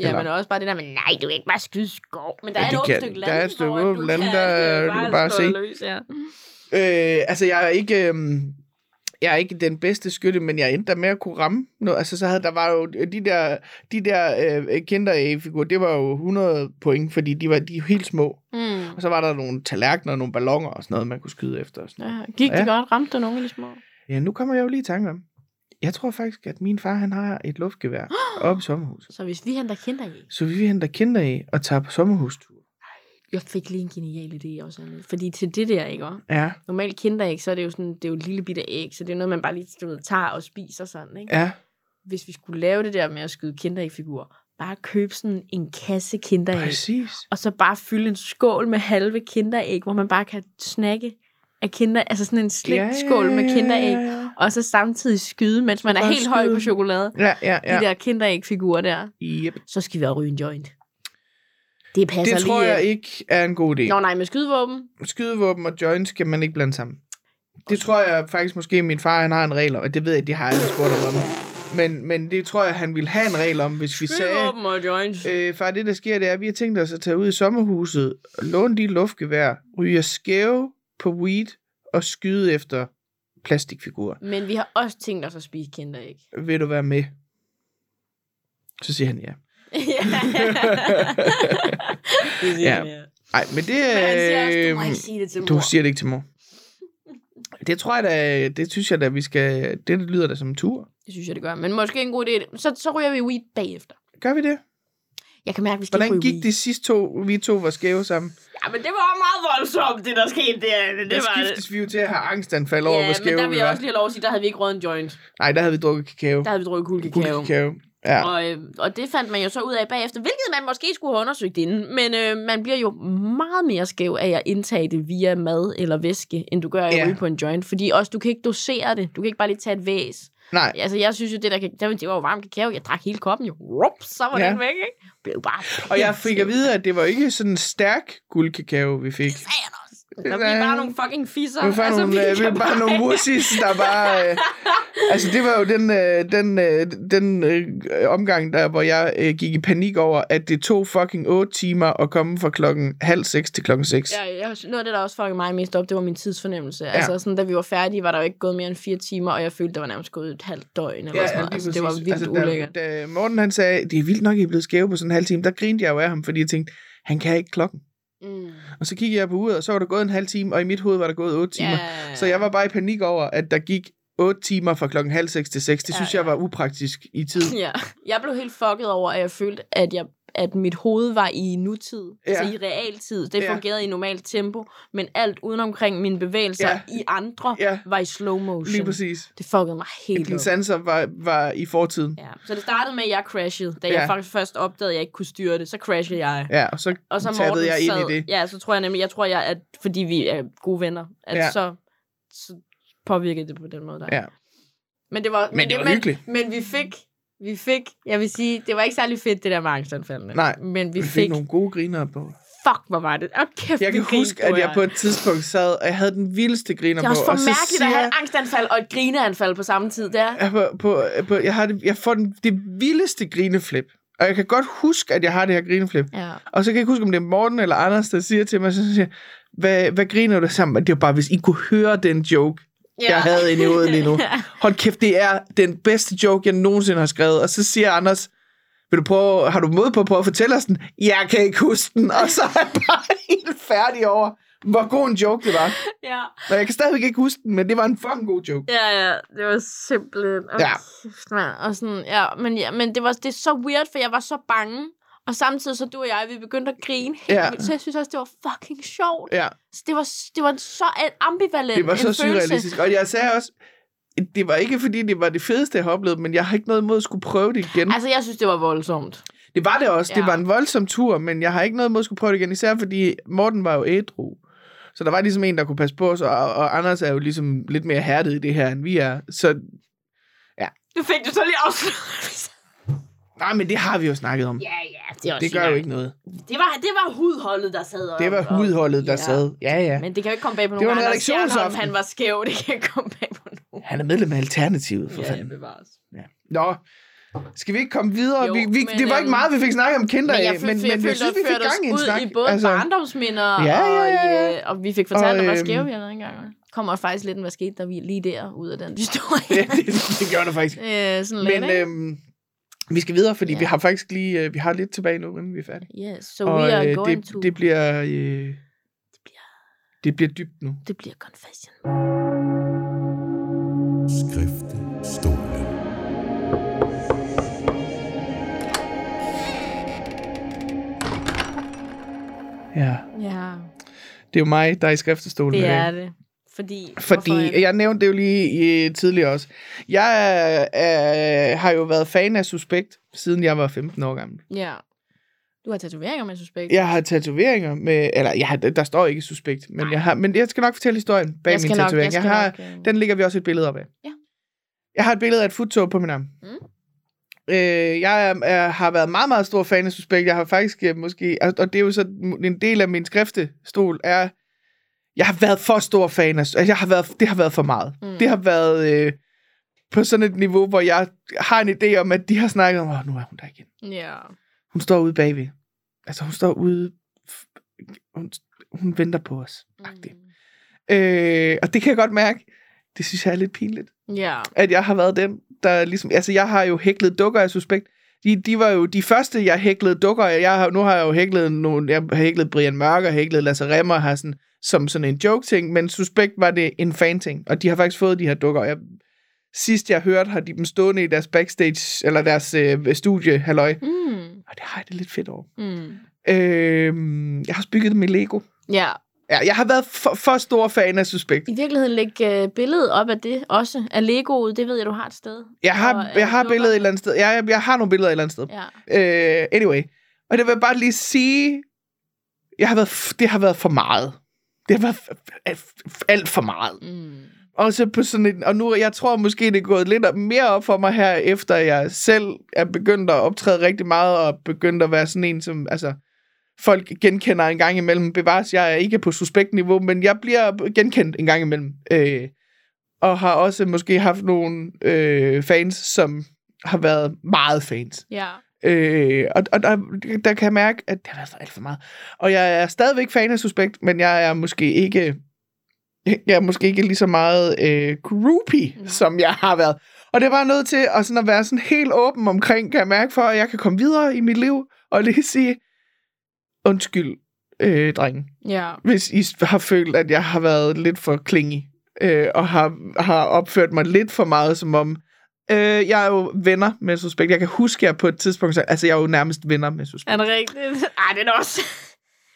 S2: Ja,
S3: Eller-
S2: men også bare det der med, nej, du kan ikke bare skyde skov. Men der er
S3: Ja,
S2: et
S3: det
S2: åbent
S3: kan-
S2: stykke land,
S3: der er et stykke
S2: hvor du
S3: åbent land,
S2: kan,
S3: der-
S2: øh,
S3: du kan bare
S2: slå
S3: se.
S2: Løs, ja.
S3: Øh, altså, jeg er ikke... Øh, jeg er ikke den bedste skytte, men jeg endte der med at kunne ramme noget. Altså, så havde der var jo de der, de der øh, kinder i figur, det var jo 100 point, fordi de var de er jo helt små.
S2: Mm.
S3: Og så var der nogle tallerkener og nogle ballonger og sådan noget, man kunne skyde efter. Og sådan noget.
S2: Ja, gik det
S3: Ja.
S2: godt? Ramte du nogen af de små?
S3: Ja, nu kommer jeg jo lige i tanke om. Jeg tror faktisk, at min far, han har et luftgevær oppe i sommerhuset.
S2: Så hvis vi henter kinder i,
S3: Så vi henter kinder i og tager på sommerhustur.
S2: jeg fik lige en genial idé også. Anne. Fordi til det der, ikke også?
S3: Ja,
S2: Normalt kinderæg, så er det jo sådan, det er jo et lille bitte æg, så det er noget, man bare lige du ved, tager og spiser sådan, ikke?
S3: ja.
S2: Hvis vi skulle lave det der med at skyde kinderægfigurer, bare købe sådan en kasse kinderæg,
S3: Præcis.
S2: og så bare fylde en skål med halve kinderæg, hvor man bare kan snakke af kinder, altså sådan en slik
S3: Ja,
S2: skål med kinderæg,
S3: Ja, ja,
S2: og så samtidig skyde, mens man er
S3: Bare
S2: helt høj
S3: skyde.
S2: på chokolade.
S3: ja. ja,
S2: Ja.
S3: ja,
S2: De
S3: ja.
S2: der kinderæg-figurer der.
S3: Yep.
S2: Så skal vi have ryge en joint. Det passer
S3: Det tror
S2: Altså lige. øh,
S3: jeg ikke er en god idé.
S2: Nå nej, med skydevåben.
S3: Skydevåben og joints skal man ikke blande sammen. Det tror jeg faktisk måske, min far han har en regel om, og det ved jeg, de har aldrig spurgt ham om. Men, men det tror jeg, han ville have en regel om, hvis vi sagde,
S2: Skydevåben og joints.
S3: Øh, far, det der sker, det er, at vi har tænkt os at tage ud i sommerhuset, og låne de luftgevær, ryge skæve på weed og skyde efter plastikfigurer.
S2: Men vi har også tænkt os at spise kinderæg.
S3: Vil du være med? Så siger han ja.
S2: ja. Det siger
S3: Ja.
S2: han, ja.
S3: Nej, men det...
S2: Men han siger også, du må
S3: øhm,
S2: ikke sige det til
S3: du
S2: mor.
S3: siger det ikke til mor. Det tror jeg da, det synes jeg da, vi skal... Det lyder da som en tur.
S2: Det synes jeg, det gør. Men måske en god idé. Så, så ryger vi weed bagefter.
S3: Gør vi det?
S2: Jeg kan mærke, at vi skal
S3: Hvordan
S2: ikke ryge
S3: gik
S2: weed.
S3: det sidste to, vi to var skæve sammen?
S2: Ja, men det var også meget voldsomt, det der skete der. Anne. Det
S3: Det
S2: var det.
S3: skiftes vi jo til at have angstanfald over,
S2: Ja,
S3: hvor
S2: men der
S3: skæve
S2: vil
S3: vi
S2: jeg også
S3: var.
S2: lige have lov at sige, der havde vi ikke røget en joint.
S3: Nej, der havde vi drukket kakao.
S2: Der havde vi drukket kuldkakao.
S3: Gul kakao. Ja.
S2: Og, øh, og det fandt man jo så ud af bagefter, hvilket man måske skulle have undersøgt inden. Men øh, man bliver jo meget mere skæv af at indtage det via mad eller væske, end du gør af at
S3: Ja.
S2: ryge på en joint. Fordi også, du kan ikke dosere det. Du kan ikke bare lige tage et væs.
S3: Nej,
S2: Altså, jeg synes jo, det der, der det var jo varm kakao. Jeg drak hele koppen jo. Rup, så var
S3: Ja.
S2: den væk, ikke? Blev bare
S3: Og jeg fik at vide, at det var ikke sådan en stærk guldkakao, vi fik.
S2: Der vi er bare nogle fucking fisser.
S3: Vi var bare nogle, øh, vi var
S2: Altså, kan
S3: bare nogle wussis, der bare... Øh, altså, det var jo den, øh, den, øh, den øh, omgang, der, hvor jeg øh, gik i panik over, at det tog fucking 8 timer at komme fra klokken halv seks til klokken seks.
S2: Ja, jeg, noget af det, der også fuckede mig mest op, det var min tidsfornemmelse. Ja. Altså, sådan, da vi var færdige, var der jo ikke gået mere end fire timer, og jeg følte, der var nærmest gået et halvt døgn. Eller sådan noget. Altså, det var vildt altså, ulækkert.
S3: Da, da Morten han sagde, det er vildt nok, I er blevet skæve på sådan en halv time, der grinte jeg jo af ham, fordi jeg tænkte, han kan ikke klokken.
S2: Mm.
S3: Og så kiggede jeg på uret, og så var der gået en halv time, og i mit hoved var der gået 8 timer.
S2: Ja.
S3: Så jeg var bare i panik over, at der gik 8 timer fra klokken halv seks til 6. Det
S2: Ja,
S3: synes
S2: ja.
S3: jeg var upraktisk i tid.
S2: Ja. Jeg blev helt fucket over, at jeg følte, at, jeg, at mit hoved var i nutid. Ja. Altså
S3: Ja.
S2: i realtid. Det
S3: Ja.
S2: fungerede i normalt tempo, men alt udenomkring mine bevægelser ja.
S3: Ja.
S2: i andre
S3: Ja.
S2: var i slow motion.
S3: Lige præcis.
S2: Det fuckede mig helt
S3: Dine
S2: op.
S3: sanser var, var i fortiden.
S2: Ja. Så det startede med, at jeg crashede. Da ja.
S3: Ja.
S2: jeg faktisk først opdagede, at jeg ikke kunne styre det, så crashede jeg.
S3: Ja, og så,
S2: Og så Morten
S3: tattede jeg ind
S2: sad,
S3: i det.
S2: Ja, så tror jeg nemlig, jeg tror, jeg, at fordi vi er gode venner, at ja.
S3: Ja.
S2: så, så påvirkede det på den måde der.
S3: Ja.
S2: Men det var,
S3: Men det var hyggeligt.
S2: Men vi fik, vi fik, jeg vil sige, det var ikke særlig fedt, det der med angstanfaldene.
S3: Nej,
S2: Men vi,
S3: Vi fik nogle gode griner på.
S2: fuck, hvor var det. Og kæft,
S3: Jeg kan
S2: vi grinte,
S3: huske, at
S2: du og
S3: jeg på et tidspunkt sad, og jeg havde den vildeste griner
S2: Det er
S3: på.
S2: også for
S3: og så
S2: mærkeligt at
S3: siger
S2: have et angstanfald og et grineanfald på samme tid. Det er
S3: jeg, på, på, på, jeg, har det, jeg får den, det vildeste grineflip. Og jeg kan godt huske, at jeg har det her grineflip.
S2: Ja.
S3: Og så kan jeg ikke huske, om det er Morten eller Anders, der siger til mig, så siger jeg, hvad, hvad griner du sammen? Og Det var bare, hvis I kunne høre den joke, ja. jeg havde inde i hovedet lige nu. Hold kæft, det er den bedste joke, jeg nogensinde har skrevet. Og så siger Anders, vil du prøve, har du mod på at prøve at fortælle os den? Jeg kan ikke huske den. Og så er jeg bare helt færdig over, hvor god en joke det var.
S2: ja.
S3: Men jeg kan stadigvæk ikke huske den, men det var en fucking god joke.
S2: Ja, ja, det var simpelthen... Og
S3: Ja.
S2: Kæft, mand. Og sådan, ja, men, ja, men det, var, det er så weird, for jeg var så bange. Og samtidig så du og jeg, vi begyndte at grine helt
S3: Ja.
S2: vildt, så jeg synes også, det var fucking sjovt.
S3: Ja,
S2: Så det var, det var så ambivalent
S3: det var
S2: en
S3: så
S2: følelse.
S3: surrealistisk. Og jeg sagde også, det var ikke fordi, det var det fedeste, jeg har oplevet, men jeg har ikke noget imod at skulle prøve det igen.
S2: Altså, jeg synes, det var voldsomt.
S3: Det var det også. Ja.
S2: Ja.
S3: Det var en voldsom tur, men jeg har ikke noget mod at skulle prøve det igen, især fordi Morten var jo ædru. Så der var ligesom en, der kunne passe på os, og, og Anders er jo ligesom lidt mere hærdet i det her, end vi er. Så
S2: Nu fik du så lige afsløret.
S3: nej, men det har vi jo snakket om.
S2: ja, ja, det, er også
S3: det gør
S2: fint.
S3: jo ikke noget.
S2: Det var, det var hudholdet, der sad og...
S3: Det var hudholdet, der
S2: Ja.
S3: sad. Ja, ja.
S2: Men det kan jo ikke komme bag på
S3: Det var
S2: nogen.
S3: en
S2: Anders
S3: redaktionsaften.
S2: Stjernholm, Han var skæv, det kan ikke komme bag på nogen.
S3: Han er medlem af Alternativet, for ja, fanden.
S2: bevares.
S3: Nå, skal vi ikke komme videre?
S2: Jo,
S3: vi, vi,
S2: men,
S3: det var ikke
S2: øhm,
S3: meget, vi fik snakket om kinder
S2: Men
S3: af,
S2: jeg,
S3: men, men, jeg synes, vi fik gang i en
S2: ud
S3: snak.
S2: i både altså, barndomsminder,
S3: Ja,
S2: ja,
S3: ja,
S2: ja,
S3: ja,
S2: ja,
S3: ja.
S2: Og, i, øh, og vi fik fortalt,
S3: Og,
S2: og, hvor
S3: øhm,
S2: skæve vi havde engang. Kommer faktisk lidt, om, hvad skete der vi- lige der, ud af den historie.
S3: det, det, det gjorde det faktisk.
S2: øh, sådan lidt,
S3: Men
S2: ikke?
S3: øhm, vi skal videre, fordi
S2: Ja.
S3: vi har faktisk lige, øh, vi har lidt tilbage nu, inden vi er færdige.
S2: Yes, so we are
S3: øh,
S2: going
S3: det,
S2: to...
S3: det bliver... Øh, det bliver dybt nu.
S2: det bliver confession.
S1: Skriftestolen.
S3: Ja.
S2: Ja,
S3: Det er jo mig, der er i skriftestolen i
S2: det
S3: dag.
S2: er det. Fordi... hvorfor
S3: Fordi,
S2: er-
S3: jeg nævnte det jo lige øh, tidligere også. Jeg øh, har jo været fan af Suspekt, siden jeg var 15 år gammel.
S2: Ja. Du har tatoveringer med suspekt.
S3: Jeg har tatoveringer med... Eller, jeg har, der står ikke Suspekt, men jeg, har, men jeg skal nok fortælle historien bag
S2: Jeg
S3: min
S2: skal nok- jeg
S3: tatovering. Jeg,
S2: skal
S3: har,
S2: nok, øh,
S3: Den ligger vi også et billede op af.
S2: Ja.
S3: Jeg har et billede af et futtog på min arm. Mm.
S2: Mm.
S3: Øh, jeg, er, er, har været meget, meget stor fan af Suspekt. Jeg har faktisk øh, måske... Og, og det er jo så en del af min skriftestol, er... Jeg har været for stor fan af... Altså, jeg har været, det har været for meget. Mm.
S2: Mm.
S3: Det har været øh, på sådan et niveau, hvor jeg har en idé om, at de har snakket om, åh, nu er hun der igen.
S2: Ja.
S3: Hun står ude bagved. Altså, hun står ude... Hun, hun venter på os. Mm.
S2: Mm.
S3: Øh, og det kan jeg godt mærke. Det synes jeg er lidt pinligt
S2: Ja.
S3: at jeg har været den, der ligesom... Altså, jeg har jo hæklet dukker af suspekt. De, de var jo de første, jeg hæklede dukker af. Jeg har, nu har jeg jo hæklet nogle... Jeg har hæklet Brian Mørk og hæklet Lasse Remmer har sådan, som sådan en joke-ting, men suspekt var det en fan-ting. Og de har faktisk fået de her dukker. Jeg, sidst jeg hørte, har de dem stående i deres backstage, eller deres øh, studie, halløj.
S2: Mm.
S3: Og det har jeg det lidt fedt over.
S2: Mm.
S3: Øh, jeg har også bygget dem i Lego.
S2: Ja.
S3: Ja, jeg har været for, for stor fan af suspekt.
S2: I virkeligheden lægge øh, billedet op af det også. Af Legoet, det ved jeg, du har et sted.
S3: Jeg
S2: Og
S3: har,
S2: af
S3: jeg har billedet et eller andet sted. Jeg, jeg, jeg har nogle billeder et eller andet sted.
S2: Ja.
S3: Øh, anyway. Og det vil jeg bare lige sige, jeg har været, f- det har været for meget. Det har været f- f- f- alt for meget.
S2: Mm.
S3: Og, så på sådan en, og nu, jeg tror måske, det er gået lidt mere op for mig her, efter jeg selv er begyndt at optræde rigtig meget, og begyndt at være sådan en, som altså, folk genkender en gang imellem. Bevares, jeg er ikke på suspektniveau, men jeg bliver genkendt en gang imellem. Øh, og har også måske haft nogle øh, fans, som har været meget fans.
S2: Ja.
S3: Øh, og og der, der kan jeg mærke, at det har været for alt for meget. Og jeg er stadigvæk fan af Suspekt, men jeg er måske ikke jeg er måske ikke lige så meget øh, groupie,
S2: Nej.
S3: som jeg har været. Og det er bare nødt til at, sådan at være sådan helt åben omkring, kan jeg mærke for, at jeg kan komme videre i mit liv og lige sige, undskyld, øh, drenge,
S2: Ja.
S3: hvis I har følt, at jeg har været lidt for klingy, øh, og har, har opført mig lidt for meget som om... Øh, jeg er jo venner med Suspekt. Jeg kan huske, at jeg på et tidspunkt sagde, altså jeg er jo nærmest venner med Suspekt.
S2: Er det rigtigt? Ej, den er også.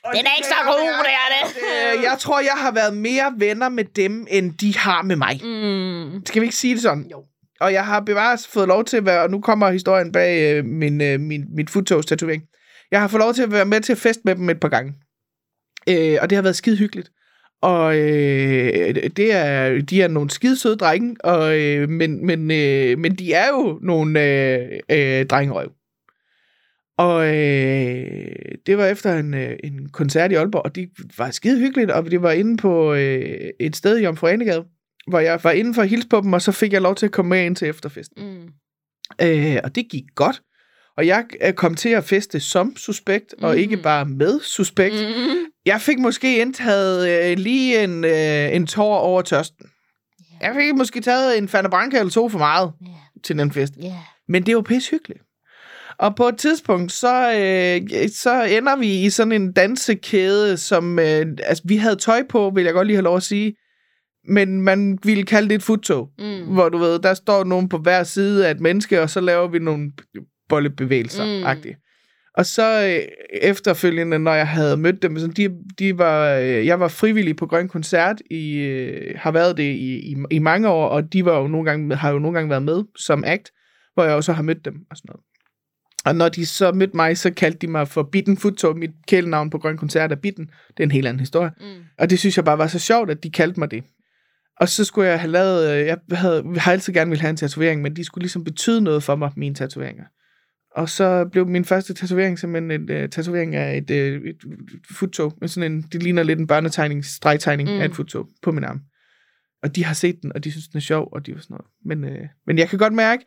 S3: Og
S2: Den er
S3: det
S2: ikke
S3: kan
S2: så
S3: jeg
S2: god,
S3: mærke,
S2: det er det.
S3: at, Øh, jeg tror, jeg har været mere venner med dem, end de har med mig.
S2: Mm.
S3: Skal vi ikke sige det sådan?
S2: Jo.
S3: Og jeg har bevares fået lov til at være, og nu kommer historien bag øh, min, øh, min, mit futtogstatovering. Jeg har fået lov til at være med til at feste med dem et par gange. Øh, og det har været skide hyggeligt. Og øh, det er, de er nogle skide søde drenge, og, øh, men, men, øh, men de er jo nogle øh, øh, drengerøv. Og øh, det var efter en, øh, en koncert i Aalborg, og det var skide hyggeligt, og det var inde på øh, et sted i Jomfru Anegade, hvor jeg var inde for at hilse på dem, og så fik jeg lov til at komme med ind til efterfesten.
S2: Mm.
S3: Øh, og det gik godt. Og jeg øh, kom til at feste som suspekt, og ikke
S2: Mhm.
S3: bare med suspekt.
S2: Mm.
S3: Jeg fik måske indtaget øh, lige en, øh, en tår over tørsten.
S2: Ja.
S3: Jeg fik måske taget en Fanta Branca eller to for meget
S2: Ja.
S3: til den fest.
S2: Ja.
S3: Men det var pissehyggeligt. Og på et tidspunkt, så, øh, så ender vi i sådan en dansekæde, som... Øh, altså, vi havde tøj på, vil jeg godt lige have lov at sige. Men man ville kalde det et futtog. Mm.
S2: Mm.
S3: Hvor du ved, der står nogen på hver side af et menneske, og så laver vi nogle
S2: Mm.
S3: bollebevægelser. Mm. Og så øh, efterfølgende, når jeg havde mødt dem, så de, de var, øh, jeg var frivillig på Grøn Koncert, i, øh, har været det i, i, i mange år, og de var jo nogle gange, har jo nogle gange været med som act, hvor jeg også har mødt dem og sådan noget. Og når de så mødte mig, så kaldte de mig for Bitten Futtog. Mit kælenavn på Grøn Koncert er Bitten. Det er en helt anden historie.
S2: Mm.
S3: Og det synes jeg bare var så sjovt, at de kaldte mig det. Og så skulle jeg have lavet, øh, jeg havde, jeg har altid gerne ville have en tatovering, men de skulle ligesom betyde noget for mig, mine tatoveringer. Og så blev min første tatovering simpelthen en uh, tatovering af et, uh, et futtog. Men Sådan en, det ligner lidt en børnetegning, stregtegning
S2: Mm.
S3: mm. af et futtog på min arm. Og de har set den, og de synes, den er sjov, og de var sådan noget. Men, uh, men jeg kan godt mærke,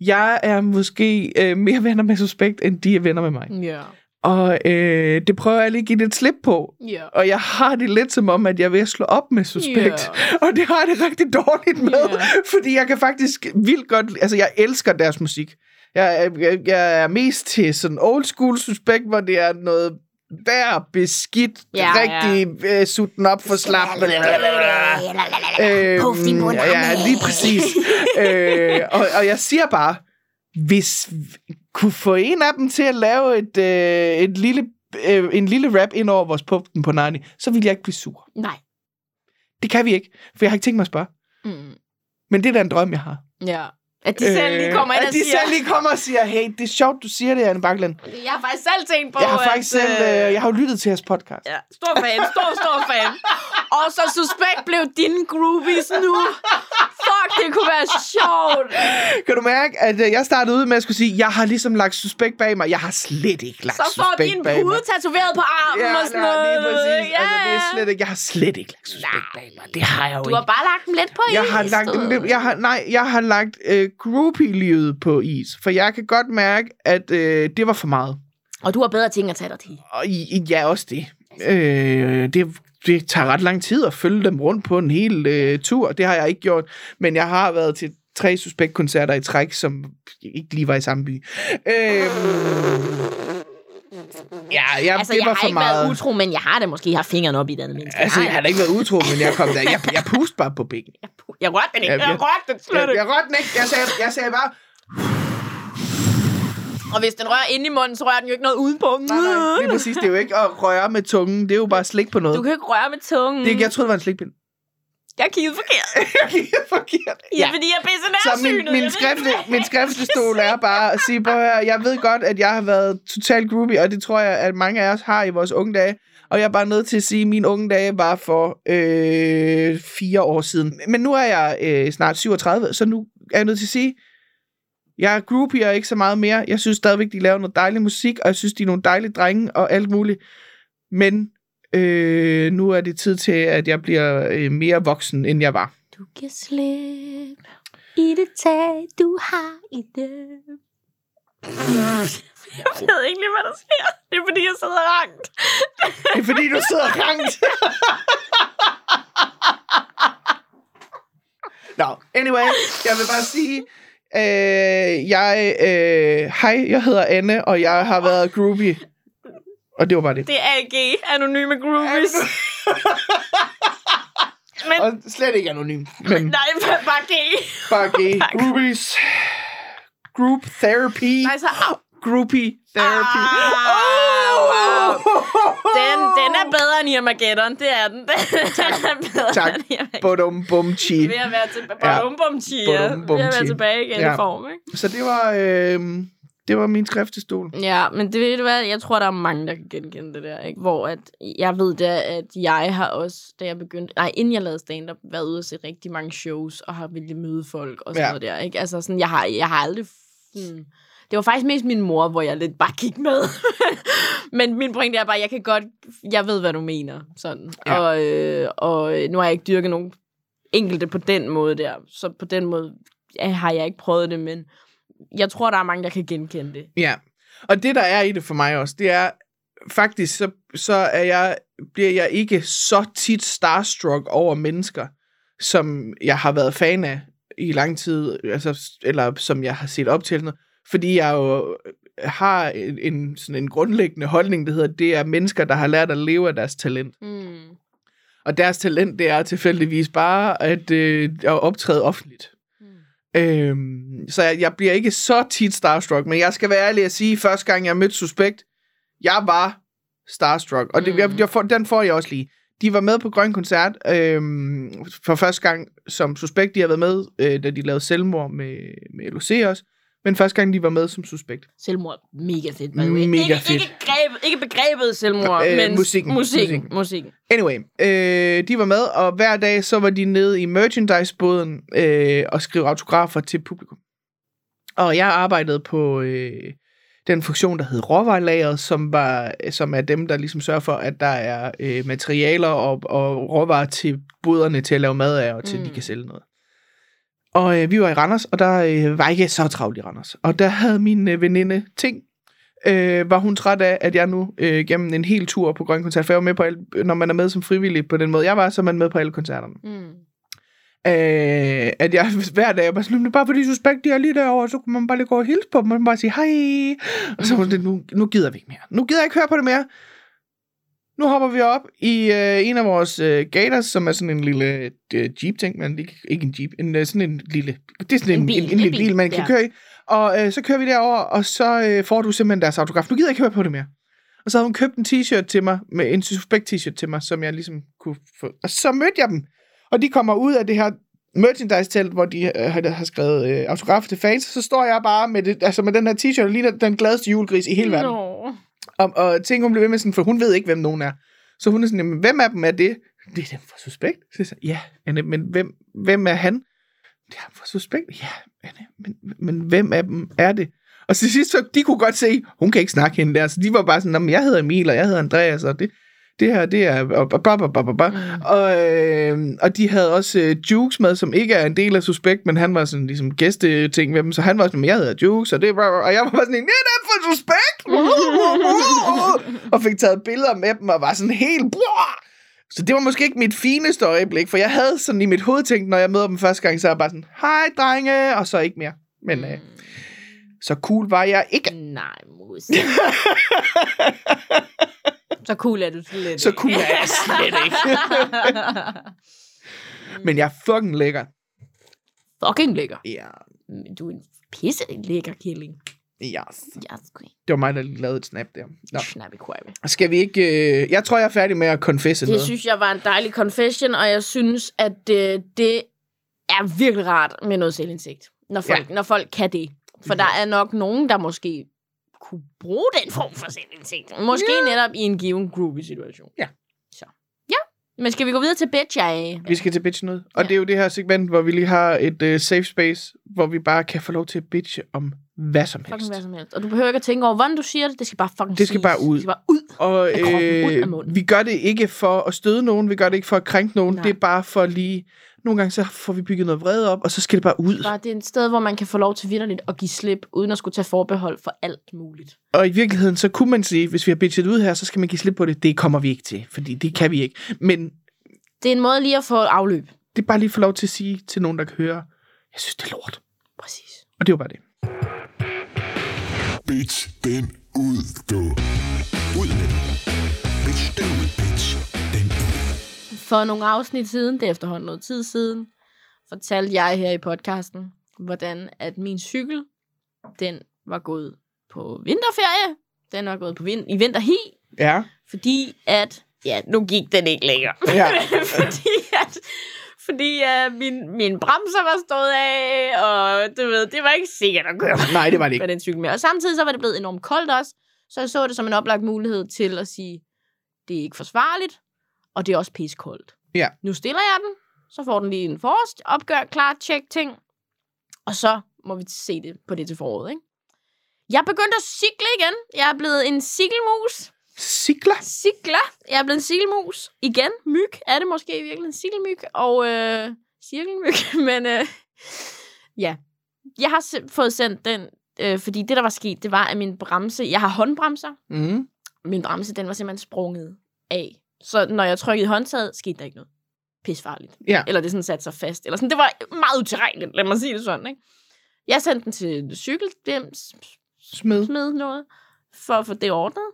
S3: jeg er måske uh, mere venner med suspekt, end de er venner med mig.
S2: Ja.
S3: Og øh, det prøver jeg lige at give lidt slip på,
S2: Mm. Ja.
S3: og jeg har det lidt som om, at jeg er ved at slå op med suspekt.
S2: Ja.
S3: Og det har jeg det rigtig dårligt med,
S2: Ja.
S3: fordi jeg kan faktisk vildt godt... Altså, jeg elsker deres musik. Jeg, er- jeg, jeg er mest til sådan old school suspekt, hvor det er noget værd, beskidt,
S2: Ja,
S3: ja,
S2: ja.
S3: rigtig ja. Øh, sutten op for slap.
S4: Puff din mund
S3: Øhm, ja,
S4: opad.
S3: lige præcis. øh, og, og jeg siger bare, hvis vi kunne få en af dem til at lave et, øh, et lille, øh, en lille rap ind over vores pumpen på Nani, så ville jeg ikke blive sur.
S2: Nej.
S3: Det kan vi ikke, for jeg har ikke tænkt mig at spørge.
S2: Mm.
S3: Men det er da en drøm, jeg har.
S2: Ja. At de selv lige kommer ind
S3: Øh, at
S2: og
S3: de
S2: siger...
S3: selv lige kommer og siger, hey, det er sjovt, du siger det, Anne Bakland.
S2: Jeg har faktisk selv tænkt på,
S3: Jeg har faktisk
S2: at,
S3: selv, øh, jeg har jo lyttet til jeres podcast.
S2: Ja, stor fan, stor, stor fan. Og så suspekt blev dine groupies nu. Fuck, det kunne være sjovt.
S3: Kan du mærke, at øh, jeg startede ud med at skulle sige, jeg har ligesom lagt suspekt bag mig. Jeg har slet ikke lagt
S2: Så får
S3: suspekt
S2: de en
S3: bag mig.
S2: pude tatoveret på armen
S3: Ja,
S2: og sådan
S3: nej,
S2: noget.
S3: lige præcis.
S2: Ja,
S3: Altså, det er
S2: ja.
S3: slet ikke, jeg har slet ikke lagt suspekt bag mig. Det har jeg jo
S2: Du har
S3: ikke.
S2: bare lagt dem lidt på
S3: Jeg
S2: is,
S3: har lagt,
S2: du.
S3: dem- jeg har, nej, jeg har lagt øh, groupie-livet på is, for jeg kan godt mærke, at øh, det var for meget.
S2: Og du har bedre ting at tage dig til.
S3: Og i, i- ja, også det. Øh, det. Det tager ret lang tid at følge dem rundt på en hel øh, tur. Det har jeg ikke gjort. Men jeg har været til tre suspektkoncerter i træk, som ikke lige var i samme by. Øh, ja, jeg,
S2: altså,
S3: det
S2: jeg
S3: var
S2: har
S3: for
S2: ikke
S3: meget.
S2: været utro, men jeg har da måske haft fingrene op i et andet menneske.
S3: Altså,
S2: Nej,
S3: jeg har da ikke været utro, men jeg kom der. Jeg, jeg puste bare på bækken.
S2: jeg rørte den ikke.
S3: Ja,
S2: Jeg
S3: ja.
S2: rørte den slet
S3: Jeg,
S2: ikke.
S3: jeg rådte den ikke. Jeg sagde, jeg sagde bare,
S2: Og hvis den rører ind i munden, så rører den jo ikke noget udenpå.
S3: nej, nej, det er præcis. Det er jo ikke at røre med tungen. Det er jo bare slik på noget.
S2: Du kan ikke røre med tungen.
S3: Det, jeg troede, det var en slikpind.
S2: Jeg kiggede forkert.
S3: Jeg gik forkert.
S2: Ja, fordi jeg er pisse
S3: Så
S2: nærsynet.
S3: min, min, skriftlig, min skriftestol er bare at sige, prøv at høre, jeg ved godt, at jeg har været total groovy, og det tror jeg, at mange af os har i vores unge dage. Og jeg er bare nødt til at sige, at mine unge dage var for øh, fire år siden. Men nu er jeg øh, snart 37, så nu er jeg nødt til at sige, jeg er groupie og ikke så meget mere. Jeg synes stadigvæk, de laver noget dejlig musik, og jeg synes, de er nogle dejlige drenge og alt muligt. Men øh, nu er det tid til, at jeg bliver øh, mere voksen, end jeg var.
S2: Du kan slippe i det tag, du har i det. Jeg ved ikke lige, hvad der sker. Det er, fordi jeg sidder rangt.
S3: Det er fordi, du sidder rangt. Nå, anyway, jeg vil bare sige, øh, jeg, øh, hej, jeg hedder Anne, og jeg har været groupie. Og det var bare det.
S2: Det er AG, Anonyme Groupies. Men,
S3: Og slet ikke anonym, men
S2: nej, bare G.
S3: bare gay. Groupies. Group therapy.
S2: Nej, så, Altså, au.
S3: Groupie therapy.
S2: Ah, wow. Den, den er
S3: bedre.
S2: bedre end Armageddon, det er den. Den er bedre
S3: Tak.
S2: end Armageddon.
S3: Bodum bum chi.
S2: Ved at være tilbage.
S3: Ja.
S2: Bum, bum, chia.
S3: Bum-bum-chia.
S2: Ved at være tilbage igen ja.
S3: Ja.
S2: i form, ikke?
S3: Så det var, øh, det var min skriftestol.
S2: Ja, men det ved du hvad, jeg tror, der er mange, der kan genkende det der, ikke? Hvor at, jeg ved da, at jeg har også, da jeg begyndte, nej, inden jeg lavede stand-up, været ude og se rigtig mange shows, og har ville møde folk og sådan ja.
S3: Ja.
S2: noget der, ikke? Altså sådan, jeg har, jeg har aldrig... Hmm, Det var faktisk mest min mor, hvor jeg lidt bare gik med. Men min pointe er bare, at jeg kan godt... Jeg ved, hvad du mener. Sådan.
S3: Ja.
S2: Ja. Og, øh, og øh, nu har jeg ikke dyrket nogen enkelte på den måde der. Så på den måde øh, har jeg ikke prøvet det, men jeg tror, der er mange, der kan genkende det.
S3: Ja. Og det, der er i det for mig også, det er faktisk, så, så er jeg, bliver jeg ikke så tit starstruck over mennesker, som jeg har været fan af i lang tid, altså, eller som jeg har set op til. eller noget. Fordi jeg jo øh, har en, en, sådan en grundlæggende holdning, der hedder, det er mennesker, der har lært at leve af deres talent.
S2: Mm.
S3: Og deres talent, det er tilfældigvis bare at, øh, at optræde offentligt. Mm. Øhm, så jeg, jeg bliver ikke så tit starstruck, men jeg skal være ærlig at sige, første gang jeg mødte Suspekt, jeg var starstruck. Og det, mm.
S2: Mm.
S3: jeg, jeg får, den får jeg også lige. De var med på Grøn Koncert øhm, for første gang som Suspekt. De har været med, øh, da de lavede Selvmord med, med LOC også. Men første gang, de var med som Suspekt.
S2: Selvmord, mega fedt. by the way.
S3: Mega
S2: ikke,
S3: fedt.
S2: Ikke, greb, ikke begrebet selvmord,
S3: Øh,
S2: øh, men
S3: musikken,
S2: musikken. Musikken.
S3: musikken.
S2: musikken.
S3: Anyway, øh, de var med, og hver dag så var de nede i merchandise-båden øh, og skrev autografer til publikum. Og jeg arbejdede på øh, den funktion, der hed råvarelageret, som, var, som er dem, der ligesom sørger for, at der er øh, materialer og, og råvarer til boderne til at lave mad af, og til mm. de
S2: Mm.
S3: kan sælge noget. Og øh, vi var i Randers, og der øh, var ikke så travlt i Randers. Og der havde min øh, veninde ting. Øh, var hun træt af, at jeg nu øh, gennem en hel tur på Grøn Koncert, for jeg var med på alle, når man er med som frivillig på den måde, jeg var, så er man med på alle koncerterne.
S2: Mm.
S3: Øh, at jeg hver dag var sådan, "Men det er bare fordi suspekt, de er lige derovre, så kunne man bare lige gå og hilse på dem, og bare sige hej. Og så var hun sådan, nu, nu gider vi ikke mere. Nu gider jeg ikke høre på det mere. Nu hopper vi op i øh, en af vores øh, gators, som er sådan en lille øh, jeep-ting, men ikke, ikke en jeep, en, øh, sådan en lille, det er sådan en, en,
S2: En bil,
S3: en, en
S2: en
S3: lille
S2: bil,
S3: bil, man kan
S2: ja.
S3: køre i. Og øh, så kører vi derover, og så øh, får du simpelthen deres autograf. Nu gider jeg ikke høre på det mere. Og så havde hun købt en t-shirt til mig, med en suspekt t-shirt til mig, som jeg ligesom kunne få. Og så mødte jeg dem. Og de kommer ud af det her merchandise-telt, hvor de øh, har, har skrevet øh, autografer til fans. Så står jeg bare med, det, altså med den her t-shirt, og ligner den gladeste julegris i hele verden.
S2: Nå.
S3: Og, og ting, hun blev ved med sådan, for hun ved ikke, hvem nogen er. Så hun er sådan, "Jamen, hvem af dem er det? Det er dem fra Suspekt. Så jeg sagde, ja, Anne, men hvem, hvem er han? Det er ham fra Suspekt. Ja, Anne, men, men hvem af dem er det? Og til sidst, så de kunne godt se, hun kan ikke snakke hende der. Så de var bare sådan, "Nå, men jeg hedder Emil, og jeg hedder Andreas, og det, det her, det er... Og, og, og, og, og,
S2: Mm.
S3: og, øh, og de havde også øh, Jukes med, som ikke er en del af Suspekt, men han var sådan ligesom gæsteting med dem, så han var sådan, "Men jeg hedder Jukes, og, det, var- og jeg var bare sådan, en, det er for Suspekt! Uh, uh, uh, uh." og fik taget billeder med dem, og var sådan helt... Brrr! Så det var måske ikke mit fineste øjeblik, for jeg havde sådan i mit hoved tænkt, når jeg møder dem første gang, så er jeg bare sådan, hej drenge, og så ikke mere. Men øh, så cool var jeg ikke.
S2: Nej, mus. så cool er du slet
S3: Så cool er jeg slet ikke. Men jeg er fucking lækker.
S2: Fucking lækker.
S3: Ja,
S2: Du er en pisse lækker killing.
S3: yes.
S2: Jeg er sgu ikke
S3: Det var mig, der lige lavede et snap der. Nå.
S2: snappy quabby.
S3: Skal vi ikke... Øh... Jeg tror, jeg er færdig med at confesse
S2: Det
S3: noget.
S2: synes jeg var en dejlig confession, og jeg synes, at det, det er virkelig rart med noget selvindsigt, når folk, ja. når folk kan det. For der er nok nogen, der måske kunne bruge den form for selvindsigt. Måske ja. netop i en given groovy-situation.
S3: Ja.
S2: Så. Ja. Men skal vi gå videre til bitch, jeg?
S3: Vi skal til bitch noget. Og ja.
S2: Ja.
S3: det er jo det her segment, hvor vi lige har et øh, safe space, hvor vi bare kan få lov til at bitche om hvad som helst.
S2: Fucking hvad som helst. Og du behøver ikke at tænke over, hvordan du siger det. Det skal bare fucking
S3: Det skal
S2: siges.
S3: bare ud.
S2: Det skal bare ud.
S3: Og øh,
S2: Af kroppen, ud af munden.
S3: vi gør det ikke for at støde nogen, vi gør det ikke for at krænke nogen, Nej.
S2: Nej.
S3: det er bare for lige... Nogle gange så får vi bygget noget vrede op, og så skal det bare ud.
S2: Bare, det er et sted, hvor man kan få lov til vidderligt at give slip, uden at skulle tage forbehold for alt muligt.
S3: Og i virkeligheden, så kunne man sige, hvis vi har bitchet ud her, så skal man give slip på det. Det kommer vi ikke til, fordi det kan vi ikke. Men
S2: Det er en måde lige at få afløb.
S3: det er bare lige for lov til at sige til nogen, der kan høre, jeg synes, det er lort.
S2: Præcis.
S3: Og det var bare det.
S1: Bitch den ud, du. Ud med den. Bitch den ud, bitch den ud.
S2: For nogle afsnit siden, det er efterhånden noget tid siden, fortalte jeg her i podcasten, hvordan at min cykel, den var gået på vinterferie. Den var gået på vin- i vinterhi,
S3: Ja.
S2: fordi at... Ja, nu gik den ikke længere.
S3: Ja.
S2: fordi at, fordi uh, min, min bremser var stået af, og du ved, det var ikke sikkert at køre
S3: Nej, det var det
S2: med
S3: ikke.
S2: den cykel mere. Og samtidig så var det blevet enormt koldt også, så jeg så det som en oplagt mulighed til at sige, det er ikke forsvarligt, og det er også pissekoldt.
S3: Ja.
S2: Nu stiller jeg den, så får den lige en forrest, opgør, klar, tjek ting, og så må vi se det på det til foråret, ikke? Jeg begyndte at cikle igen. Jeg er blevet en sikkelmus.
S3: Sikler.
S2: Cikler. Jeg er blevet en sikkelmus. Igen. Myg er det måske i virkeligheden. Sikkelmyg og øh, cirkelmyg. Men øh, ja. Jeg har se- fået sendt den, øh, fordi det, der var sket, det var, at min bremse... Jeg har håndbremser.
S3: Mm.
S2: Min bremse, den var simpelthen sprunget af. Så når jeg trykkede i håndtaget, skete der ikke noget. Pisfarligt.
S3: Ja.
S2: Eller det sådan satte sig fast. Eller sådan. Det var meget utilregneligt, lad mig sige det sådan. Ikke? Jeg sendte den til cykeldems
S3: Smed.
S2: smide noget, for at få det ordnet.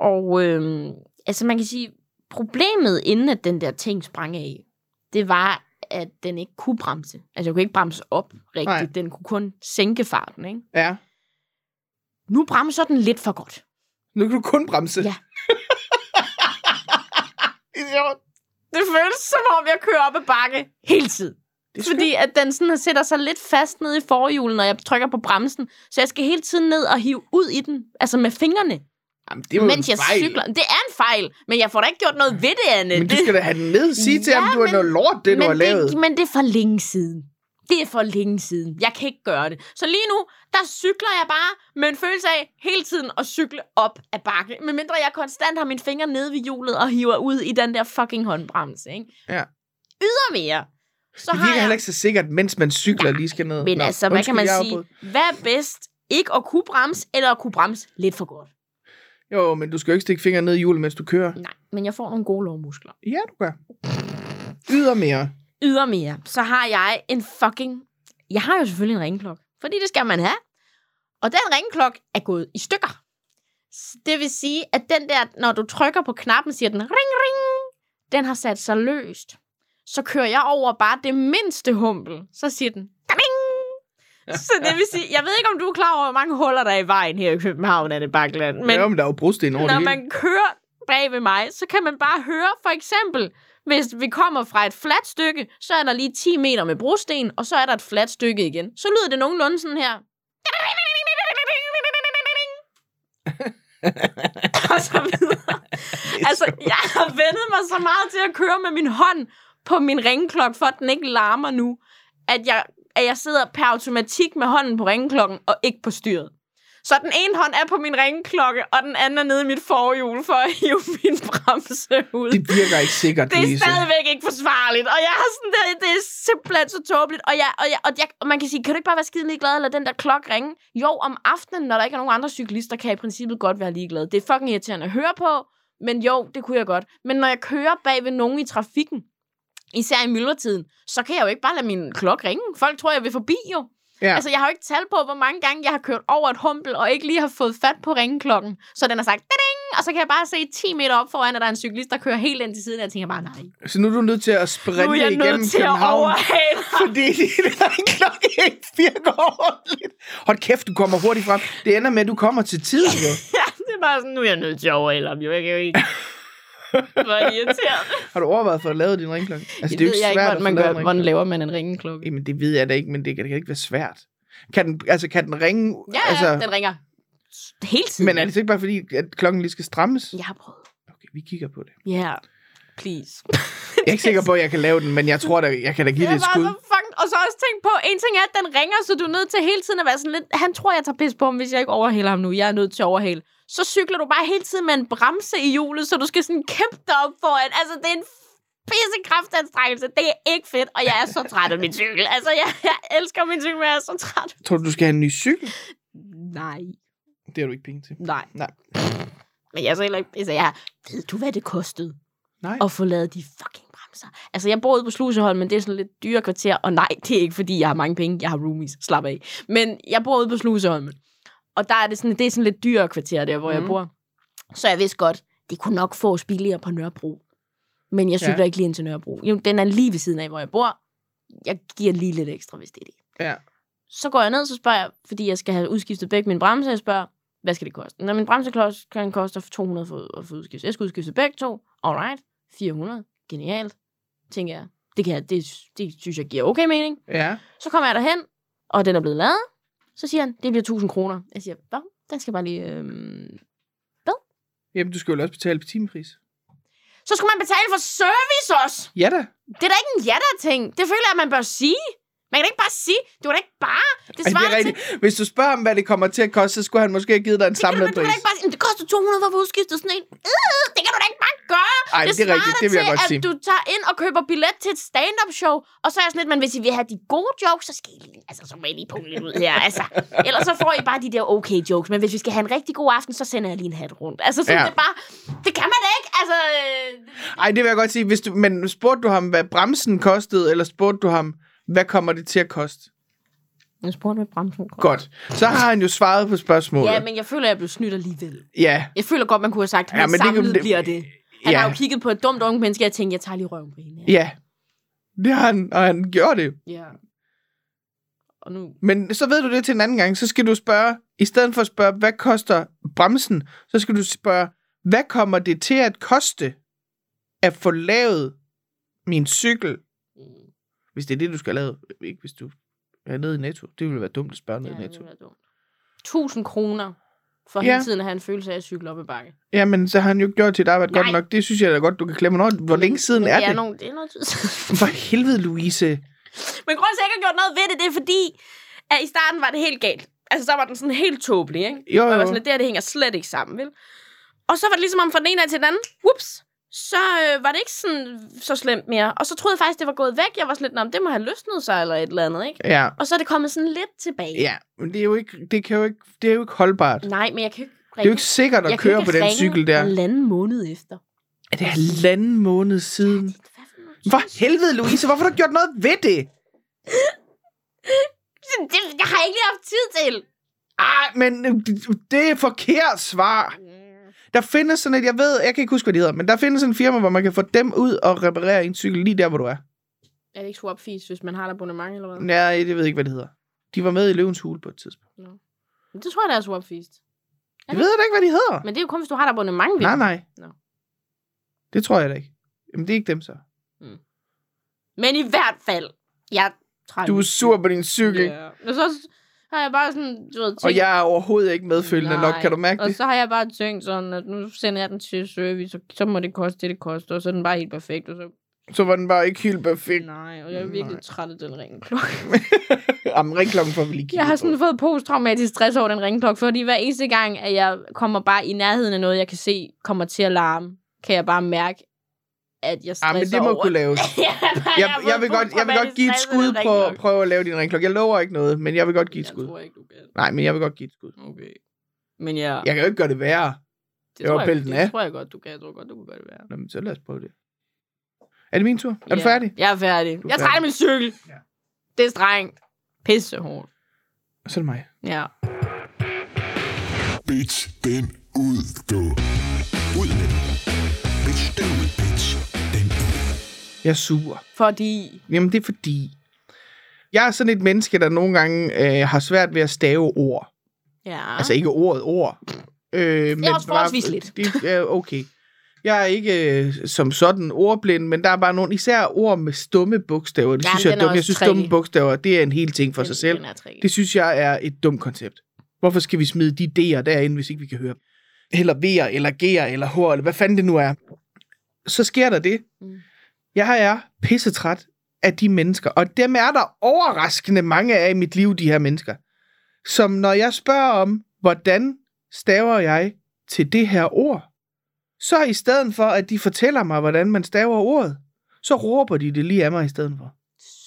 S2: Og øhm, altså man kan sige, problemet inden at den der ting sprang af, det var, at den ikke kunne bremse. Altså jeg kunne ikke bremse op rigtigt,
S3: Nej.
S2: Nej. den kunne kun sænke farten. Ikke?
S3: Ja.
S2: Nu bremser den lidt for godt.
S3: Nu kan du kun bremse.
S2: Ja.
S3: det er sjovt.
S2: Det føles som om, jeg kører op ad bakke hele tiden.
S3: Det er
S2: Fordi at den sådan sætter sig lidt fast ned i forhjulen, når jeg trykker på bremsen. Så jeg skal hele tiden ned og hive ud i den, altså med fingrene,
S3: Jamen, det var
S2: mens jeg
S3: fejl.
S2: cykler. Det er en fejl, men jeg får da ikke gjort noget ved det, Anne.
S3: Men du
S2: det...
S3: skal da have den ned. Sige til
S2: Ja,
S3: ham, du er
S2: men-
S3: noget lort, det du
S2: men
S3: har lavet.
S2: Det, men det er for længe siden. Det er for længe siden. Jeg kan ikke gøre det. Så lige nu, der cykler jeg bare med en følelse af hele tiden at cykle op ad bakke. Medmindre jeg konstant har mine fingre nede ved hjulet og hiver ud i den der fucking håndbremse. Ikke?
S3: Ja.
S2: Ydermere, så
S3: Det
S2: har
S3: virker
S2: jeg...
S3: heller ikke så sikkert, mens man cykler lige skal ned.
S2: Men
S3: Nå,
S2: altså, hvad
S3: undskyld,
S2: kan man
S3: jeg
S2: sige?
S3: afbrød.
S2: Hvad er bedst? Ikke at kunne bremse, eller at kunne bremse lidt for godt?
S3: Jo, men du skal jo ikke stikke fingeren ned i hjulet, mens du kører.
S2: Nej, men jeg får nogle gode lovmuskler.
S3: Ja, du gør. Ydermere.
S2: Ydermere, så har jeg en fucking... Jeg har jo selvfølgelig en ringklok, fordi det skal man have. Og den ringklok er gået i stykker. Så Det vil sige, at den der, når du trykker på knappen, siger den ring, ring. Den har sat sig løst. Så kører jeg over bare det mindste humpel. Så siger den ring. Så det vil sige, jeg ved ikke, om du er klar over, hvor mange huller der er i vejen her i København, er det Bakland.
S3: Men, jo, men der er jo brosten over
S2: Når
S3: det hele.
S2: man kører bag ved mig, så kan man bare høre, for eksempel, hvis vi kommer fra et fladt stykke, så er der lige 10 meter med brosten, og så er der et fladt stykke igen. Så lyder det nogenlunde sådan her. og så videre. Altså, jeg har vendet mig så meget til at køre med min hånd på min ringklok, for at den ikke larmer nu, at jeg, at jeg sidder per automatik med hånden på ringklokken og ikke på styret. Så den ene hånd er på min ringklokke, og den anden er nede i mit forhjul for at hive min bremse ud.
S3: Det virker ikke sikkert,
S2: Det er
S3: Lise.
S2: stadigvæk ikke forsvarligt, og jeg har sådan der, det er simpelthen så tåbeligt, og, jeg, og, jeg, og, jeg, og man kan sige, kan du ikke bare være skide ligeglad, eller den der klok ringe? Jo, om aftenen, når der ikke er nogen andre cyklister, kan jeg i princippet godt være ligeglad. Det er fucking irriterende at høre på, men jo, det kunne jeg godt. Men når jeg kører bag ved nogen i trafikken, især i myldretiden, så kan jeg jo ikke bare lade min klok ringe. Folk tror, jeg vil forbi jo.
S3: Ja.
S2: Altså, jeg har jo ikke tal på, hvor mange gange jeg har kørt over et humpel, og ikke lige har fået fat på ringeklokken. Så den har sagt, Ding! og så kan jeg bare se 10 meter op foran, at der er en cyklist, der kører helt ind til siden, og jeg tænker bare, nej.
S3: Så nu er du nødt til at
S2: Nu er
S3: sprinte
S2: jeg
S3: igennem
S2: nødt til at
S3: København.
S2: overhale.
S3: Fordi din egen klokke ikke virker ordentligt. Hold kæft, du kommer hurtigt frem. Det ender med, at du kommer til tid, jo.
S2: Ja, det er bare sådan, nu er jeg nødt til at overhale ham, jo. Jeg kan jo ikke... Hvor irriterende.
S3: Har du overvejet for at lave din ringklokke? Altså,
S2: Det,
S3: det er jo
S2: ved
S3: ikke
S2: jeg ikke,
S3: svært
S2: hvordan
S3: at få
S2: man
S3: lavet
S2: gør, hvordan laver
S3: en ringklokke.
S2: man en ringeklokke.
S3: Jamen, det ved jeg da ikke, men det kan, det kan ikke være svært. Kan den, altså, kan den ringe?
S2: Ja,
S3: altså,
S2: ja, den ringer hele tiden.
S3: Men er det så ikke bare fordi, at klokken lige skal strammes?
S2: Jeg har prøvet.
S3: Okay, vi kigger på det.
S2: Ja, yeah. please.
S3: Jeg er ikke sikker på, at jeg kan lave den, men jeg tror, at jeg kan da give det et
S2: var
S3: skud.
S2: så fucking... Og så også tænk på, en ting er, at den ringer, så du er nødt til hele tiden at være sådan lidt... Han tror, jeg tager pis på ham, hvis jeg ikke overhaler ham nu. Jeg er nødt til at overhale. Så cykler du bare hele tiden med en bremse i hjulet, så du skal sådan kæmpe dig op foran. Altså, det er en pisse kraftanstrengelse. Det er ikke fedt, og jeg er så træt af min cykel. Altså, jeg, jeg elsker min cykel, men jeg er så træt.
S3: Tror du, du skal have en ny cykel?
S2: Nej,
S3: Det har du ikke penge til.
S2: nej.
S3: Nej.
S2: Men jeg er så heller ikke pisse. Jeg er, ved du, hvad det kostede?
S3: Nej.
S2: at få lavet de fucking bremser. Altså, jeg bor ude på Sluseholm, men det er sådan lidt dyre kvarter, og nej, det er ikke, fordi jeg har mange penge, jeg har roomies, slap af. Men jeg bor ude på Sluseholm, og der er det sådan, det er sådan lidt dyre kvarter, der hvor mm.
S3: Mhm.
S2: jeg bor. Så jeg vidste godt, det kunne nok fås billigere på Nørrebro. Men jeg
S3: Ja.
S2: cykler ja. ikke lige ind til Nørrebro. Jo, den er lige ved siden af, hvor jeg bor. Jeg giver lige lidt ekstra, hvis det er det.
S3: Ja.
S2: Så går jeg ned, så spørger jeg, fordi jeg skal have udskiftet begge mine bremser, jeg spørger, hvad skal det koste? Når min bremseklods kan koste 200 for at få udskiftet. Jeg skal udskifte begge to. Alright. 400. Genialt. Tænker jeg. Det, kan jeg, det, det synes jeg giver okay mening.
S3: Ja.
S2: Så kommer jeg derhen, og den er blevet lavet. Så siger han, det bliver 1000 kroner. Jeg siger, hvad? Den skal bare lige... Øhm...
S3: Jamen, du skal jo også betale på timepris.
S2: Så skal man betale for service også!
S3: Ja da.
S2: Det er da ikke en ja ting Det føler jeg, at man bør sige. Man kan da ikke bare sige, du kan da ikke bare... Det
S3: Ej, det
S2: svarer
S3: er
S2: til...
S3: rigtigt. Hvis du spørger ham, hvad det kommer til at koste, så skulle han måske have givet dig en
S2: Det kan du,
S3: samlet
S2: men du kan
S3: pris.
S2: da ikke bare sige, det koster 200 for at få udskiftet sådan en. Øh, det kan du da ikke bare gøre.
S3: Ej, det er
S2: svarer
S3: rigtigt.
S2: da
S3: Det vil jeg
S2: til,
S3: godt
S2: at
S3: sige.
S2: du tager ind og køber billet til et stand-up show, og så er jeg sådan lidt, men hvis I vil have de gode jokes, så skal I lige, altså, så må I lige punge lidt ud her. Altså, ellers så får I bare de der okay jokes, men hvis vi skal have en rigtig god aften, så sender jeg lige en hat rundt. Altså, så
S3: Ja.
S2: ja. det er bare, det kan man da ikke. Altså, øh,
S3: Ej, det vil jeg godt sige. Hvis du, men spurgte du ham, hvad bremsen kostede, eller spurgte du ham, hvad kommer det til at koste?
S2: jeg spurgte med bremsen.
S3: Godt. Så har han jo svaret på spørgsmålet.
S2: Ja, men jeg føler, jeg blev snydt alligevel.
S3: ja.
S2: Jeg føler godt, man kunne have sagt, at
S3: Ja,
S2: ja,
S3: men det kan-
S2: samlet
S3: det-
S2: det, bliver det. Han
S3: ja.
S2: ja. har jo kigget på et dumt ungt menneske, og jeg tænkte, jeg tager lige røven på hende. her.
S3: ja. Det har han, og han gjorde det.
S2: ja. Og nu...
S3: Men så ved du det til en anden gang, så skal du spørge, i stedet for at spørge, hvad koster bremsen, så skal du spørge, hvad kommer det til at koste at få lavet min cykel?
S2: Mm.
S3: Hvis det er det, du skal lave, ikke hvis du er nede i Netto. Det ville være dumt at spørge nede i
S2: Ja, det
S3: Netto.
S2: ville være dumt. 1000 kroner for
S3: Ja.
S2: hele tiden at have en følelse af at cykle op ad bakke.
S3: Jamen, så har han jo gjort sit arbejde Nej.
S2: Nej.
S3: godt nok. Det synes jeg da godt, du kan klemme. Hvornår, hvor længe siden
S2: Men
S3: er
S2: det?
S3: det?
S2: Er nogle, det er noget tid.
S3: For helvede, Louise.
S2: Men grunden til, at jeg ikke har gjort noget ved det, det er fordi, at i starten var det helt galt. Altså, så var den sådan helt tåbelig, ikke?
S3: Jo,
S2: Og jeg var
S3: jo.
S2: sådan, at det her, det hænger slet ikke sammen, vel? Og så var det ligesom om fra den ene af til den anden, whoops, så øh, var det ikke sådan, så slemt mere. Og så troede jeg faktisk, det var gået væk. Jeg var sådan lidt, "Nå, men det må have løsnet sig eller et eller andet, ikke?
S3: Ja,
S2: Og så er det kommet sådan lidt tilbage.
S3: ja. Men det er jo ikke, det kan jo ikke, det er jo ikke holdbart. Det
S2: Nej, men jeg kan ikke ringe.
S3: er jo ikke sikkert at
S2: jeg
S3: køre på den
S2: ringe
S3: cykel der.
S2: halvanden måned efter.
S3: Er det halvanden måned siden?
S2: Hvad for noget?
S3: For helvede, Louise, hvorfor har du gjort noget ved det?
S2: Det, jeg har ikke lige haft tid til.
S3: Ej, men øh, det- det er et forkert svar. Der findes sådan et, jeg ved, jeg kan ikke huske, hvad det hedder, men der findes en firma, hvor man kan få dem ud og reparere en cykel lige der, hvor du er.
S2: Er det ikke swap fees, hvis man har et abonnement eller hvad?
S3: Nej, jeg ved ikke, hvad det hedder. De var med i Løvens Hule på et tidspunkt.
S2: Men Mm. Det tror jeg, der er swap fees.
S3: Jeg ved da ikke, hvad de hedder.
S2: Men det er jo kun, hvis du har et abonnement. ved
S3: Nej,
S2: dem.
S3: nej.
S2: Nå.
S3: Det tror jeg da ikke. Jamen, det er ikke dem så.
S2: Men i hvert fald, jeg træt.
S3: Du er sur på din cykel, yeah.
S2: Ja. Og så har jeg bare sådan, du ved, tænkt,
S3: og jeg er overhovedet ikke medfølgende
S2: Nej.
S3: nok. Kan du mærke
S2: og
S3: det?
S2: så har jeg bare tænkt sådan, at nu sender jeg den til service, og så må det koste det, det koster, og så er den bare helt perfekt, og så
S3: Så var den bare ikke helt perfekt.
S2: nej, og jeg er virkelig
S3: Nej.
S2: træt af den ringklokke.
S3: Jamen, ringklokken får vi lige kigget
S2: Jeg har
S3: på.
S2: sådan fået posttraumatisk stress over den ringklokke, fordi hver eneste gang, at jeg kommer bare i nærheden af noget, jeg kan se kommer til at larme, kan jeg bare mærke, at jeg
S3: Ja,
S2: stresser
S3: Ah, men det må
S2: over.
S3: kunne laves.
S2: jeg,
S3: Jeg, jeg, vil godt, jeg vil godt give et skud på at prøve at lave din ringklokke. Jeg lover ikke noget, men jeg vil godt give et skud.
S2: Jeg tror ikke, du kan.
S3: Nej, men jeg vil godt give et skud.
S2: Okay. Men ja,
S3: Jeg kan jo ikke gøre det værre.
S2: det,
S3: jeg
S2: tror
S3: var
S2: jeg,
S3: pillet
S2: det
S3: den af.
S2: tror jeg godt, du kan. Jeg tror godt, du kan gøre det værre.
S3: Nå, men så lad os prøve det. Er det min tur? Er du
S2: Ja.
S3: færdig?
S2: Jeg er færdig.
S3: Du er
S2: jeg er træt af
S3: færdig.
S2: min cykel.
S3: Ja.
S2: Det er strengt. Pissehårdt.
S3: Så er det mig.
S2: Ja.
S1: Bitch, den udgå. Ud med den. Bitch, den ud, bitch. Den ud.
S3: Jeg er sur.
S2: Fordi...
S3: Jamen, det er fordi... Jeg er sådan et menneske, der nogle gange øh, har svært ved at stave ord.
S2: Ah. Ja.
S3: Altså ikke ordet ord. Øh, men
S2: også forholdsvis
S3: bare-
S2: lidt.
S3: Det er okay. Jeg er ikke øh, som sådan ordblind, men der er bare nogle, især ord med stumme bogstaver. Det
S2: Ja,
S3: synes
S2: men
S3: jeg er
S2: den er
S3: dumt. Jeg
S2: også
S3: synes,
S2: tricky.
S3: stumme bogstaver, det er en hel ting for
S2: den,
S3: sig selv.
S2: Den er tricky.
S3: Det synes jeg er et dumt koncept. Hvorfor skal vi smide de D'er derinde, hvis ikke vi kan høre dem? Eller V'er, eller G'er, eller H'er, eller hvad fanden det nu er. Så sker der det.
S2: Mm.
S3: Jeg er pissetræt af de mennesker, og dem er der overraskende mange af i mit liv, de her mennesker. Som når jeg spørger om, hvordan staver jeg til det her ord, så i stedet for, at de fortæller mig, hvordan man staver ordet, så råber de det lige af mig i stedet for.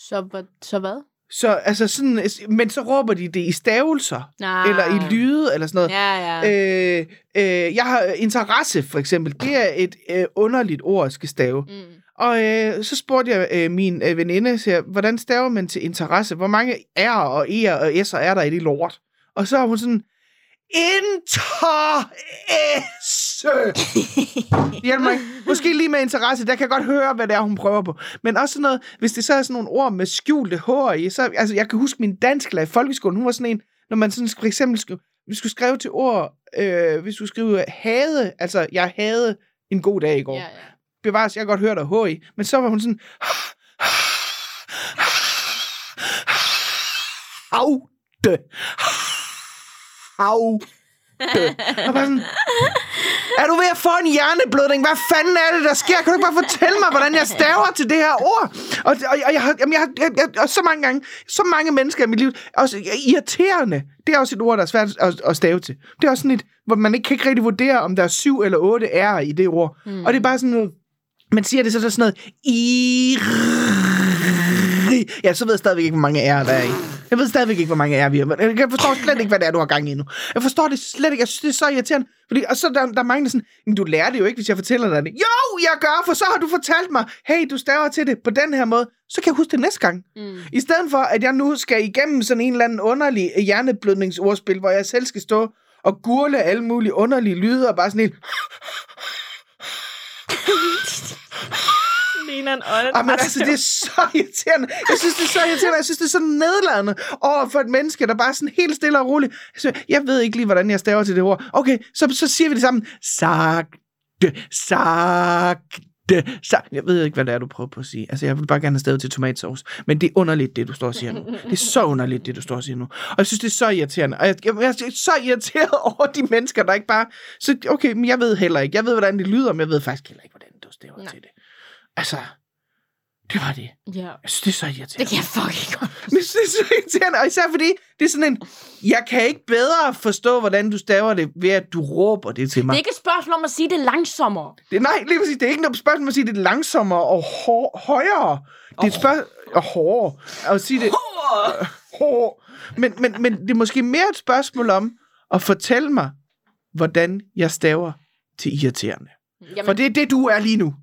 S2: Så, hvad- så hvad?
S3: Så, altså sådan, men så råber de det i stavelser
S2: Nej.
S3: eller i lyde, eller sådan noget.
S2: Ja, Ah. ja.
S3: Øh, øh, jeg har interesse, for eksempel. Det er et øh, underligt ord, at skal stave.
S2: Mm.
S3: Og øh, så spurgte jeg øh, min øh, veninde, siger, hvordan staver man til interesse? Hvor mange R'er og E'er og S'er er der i det lort? Og så er hun sådan, interesse! Hjælp mig. Måske lige med interesse, der kan jeg godt høre, hvad det er, hun prøver på. Men også sådan noget, hvis det så er sådan nogle ord med skjulte hår i, så, altså jeg kan huske min dansklærer i folkeskolen, hun var sådan en, når man sådan for eksempel skulle, vi skulle skrive til ord, øh, vi skulle skrive hade, altså jeg havde en god dag i går.
S2: Ja, ja.
S3: Bevares, jeg kan godt høre dig hår i, men så var hun sådan, havde, havde. Og bare sådan, Er du ved at få en hjerneblødning? Hvad fanden er det, der sker? Kan du ikke bare fortælle mig, hvordan jeg staver til det her ord? Og, og, og jeg, har- jamen, jeg, har- jeg, jeg, og så mange gange, så mange mennesker i mit liv, også irriterende. Det er også et ord, der er svært at, at stave til. Det er også sådan et, hvor man ikke kan ikke rigtig vurdere, om der er syv eller otte R'er i det ord. Mm. Og det er bare sådan noget, man siger det så, så er sådan noget, i Ja, så ved jeg stadigvæk ikke, hvor mange R'er der er i. Jeg ved stadigvæk ikke, hvor mange R'er vi har. Men Jeg forstår slet ikke, hvad det er, du har gang i nu. Jeg forstår det slet ikke. Jeg synes, det er så irriterende. Fordi, og så er der, der er mange, der er sådan, "Men du lærer det jo ikke, hvis jeg fortæller dig det. Jo, jeg gør, for så har du fortalt mig, hey, du staver til det på den her måde. Så kan jeg huske det næste gang.
S2: Mm.
S3: I stedet for, at jeg nu skal igennem sådan en eller anden underlig hjerneblødningsordspil, hvor jeg selv skal stå og gurle alle mulige underlige lyde og bare sådan helt...
S2: Ligner en ånd.
S3: Jamen, altså, det er så irriterende. Jeg synes, det er så irriterende. Jeg synes, det er så nedladende over for et menneske, der bare er sådan helt stille og roligt. Så jeg ved ikke lige, hvordan jeg staver til det ord. Okay, så, så siger vi det sammen. Sagte, sagte, sagte. Jeg ved ikke, hvad det er, du prøver på at sige. Altså, jeg vil bare gerne have stavet til tomatsauce. Men det er underligt, det du står og siger nu. Det er så underligt, det du står og siger nu. Og jeg synes, det er så irriterende. Og jeg, jeg, jeg er så irriteret over de mennesker, der ikke bare... Så, okay, men jeg ved heller ikke. Jeg ved, hvordan det lyder, men jeg ved faktisk heller ikke, hvordan du staver
S2: Nej.
S3: til det. Altså, det var det.
S2: Ja.
S3: Jeg synes, det er så
S2: Det
S3: irriterende.
S2: kan jeg fucking godt.
S3: Jeg synes, det er så irriterende, og især fordi, det er sådan en, jeg kan ikke bedre forstå, hvordan du staver det, ved at du råber det til
S2: Det
S3: mig.
S2: er ikke et spørgsmål om at sige det langsommere.
S3: Det, nej, lige præcis, det er ikke noget spørgsmål at sige det er langsommere og hår, højere. Det er et spørgsmål, og hårdere, at sige det hårdere. Men, men, men det er måske mere et spørgsmål om at fortælle mig, hvordan jeg staver til irriterende.
S2: Jamen,
S3: For det er det, du er lige nu.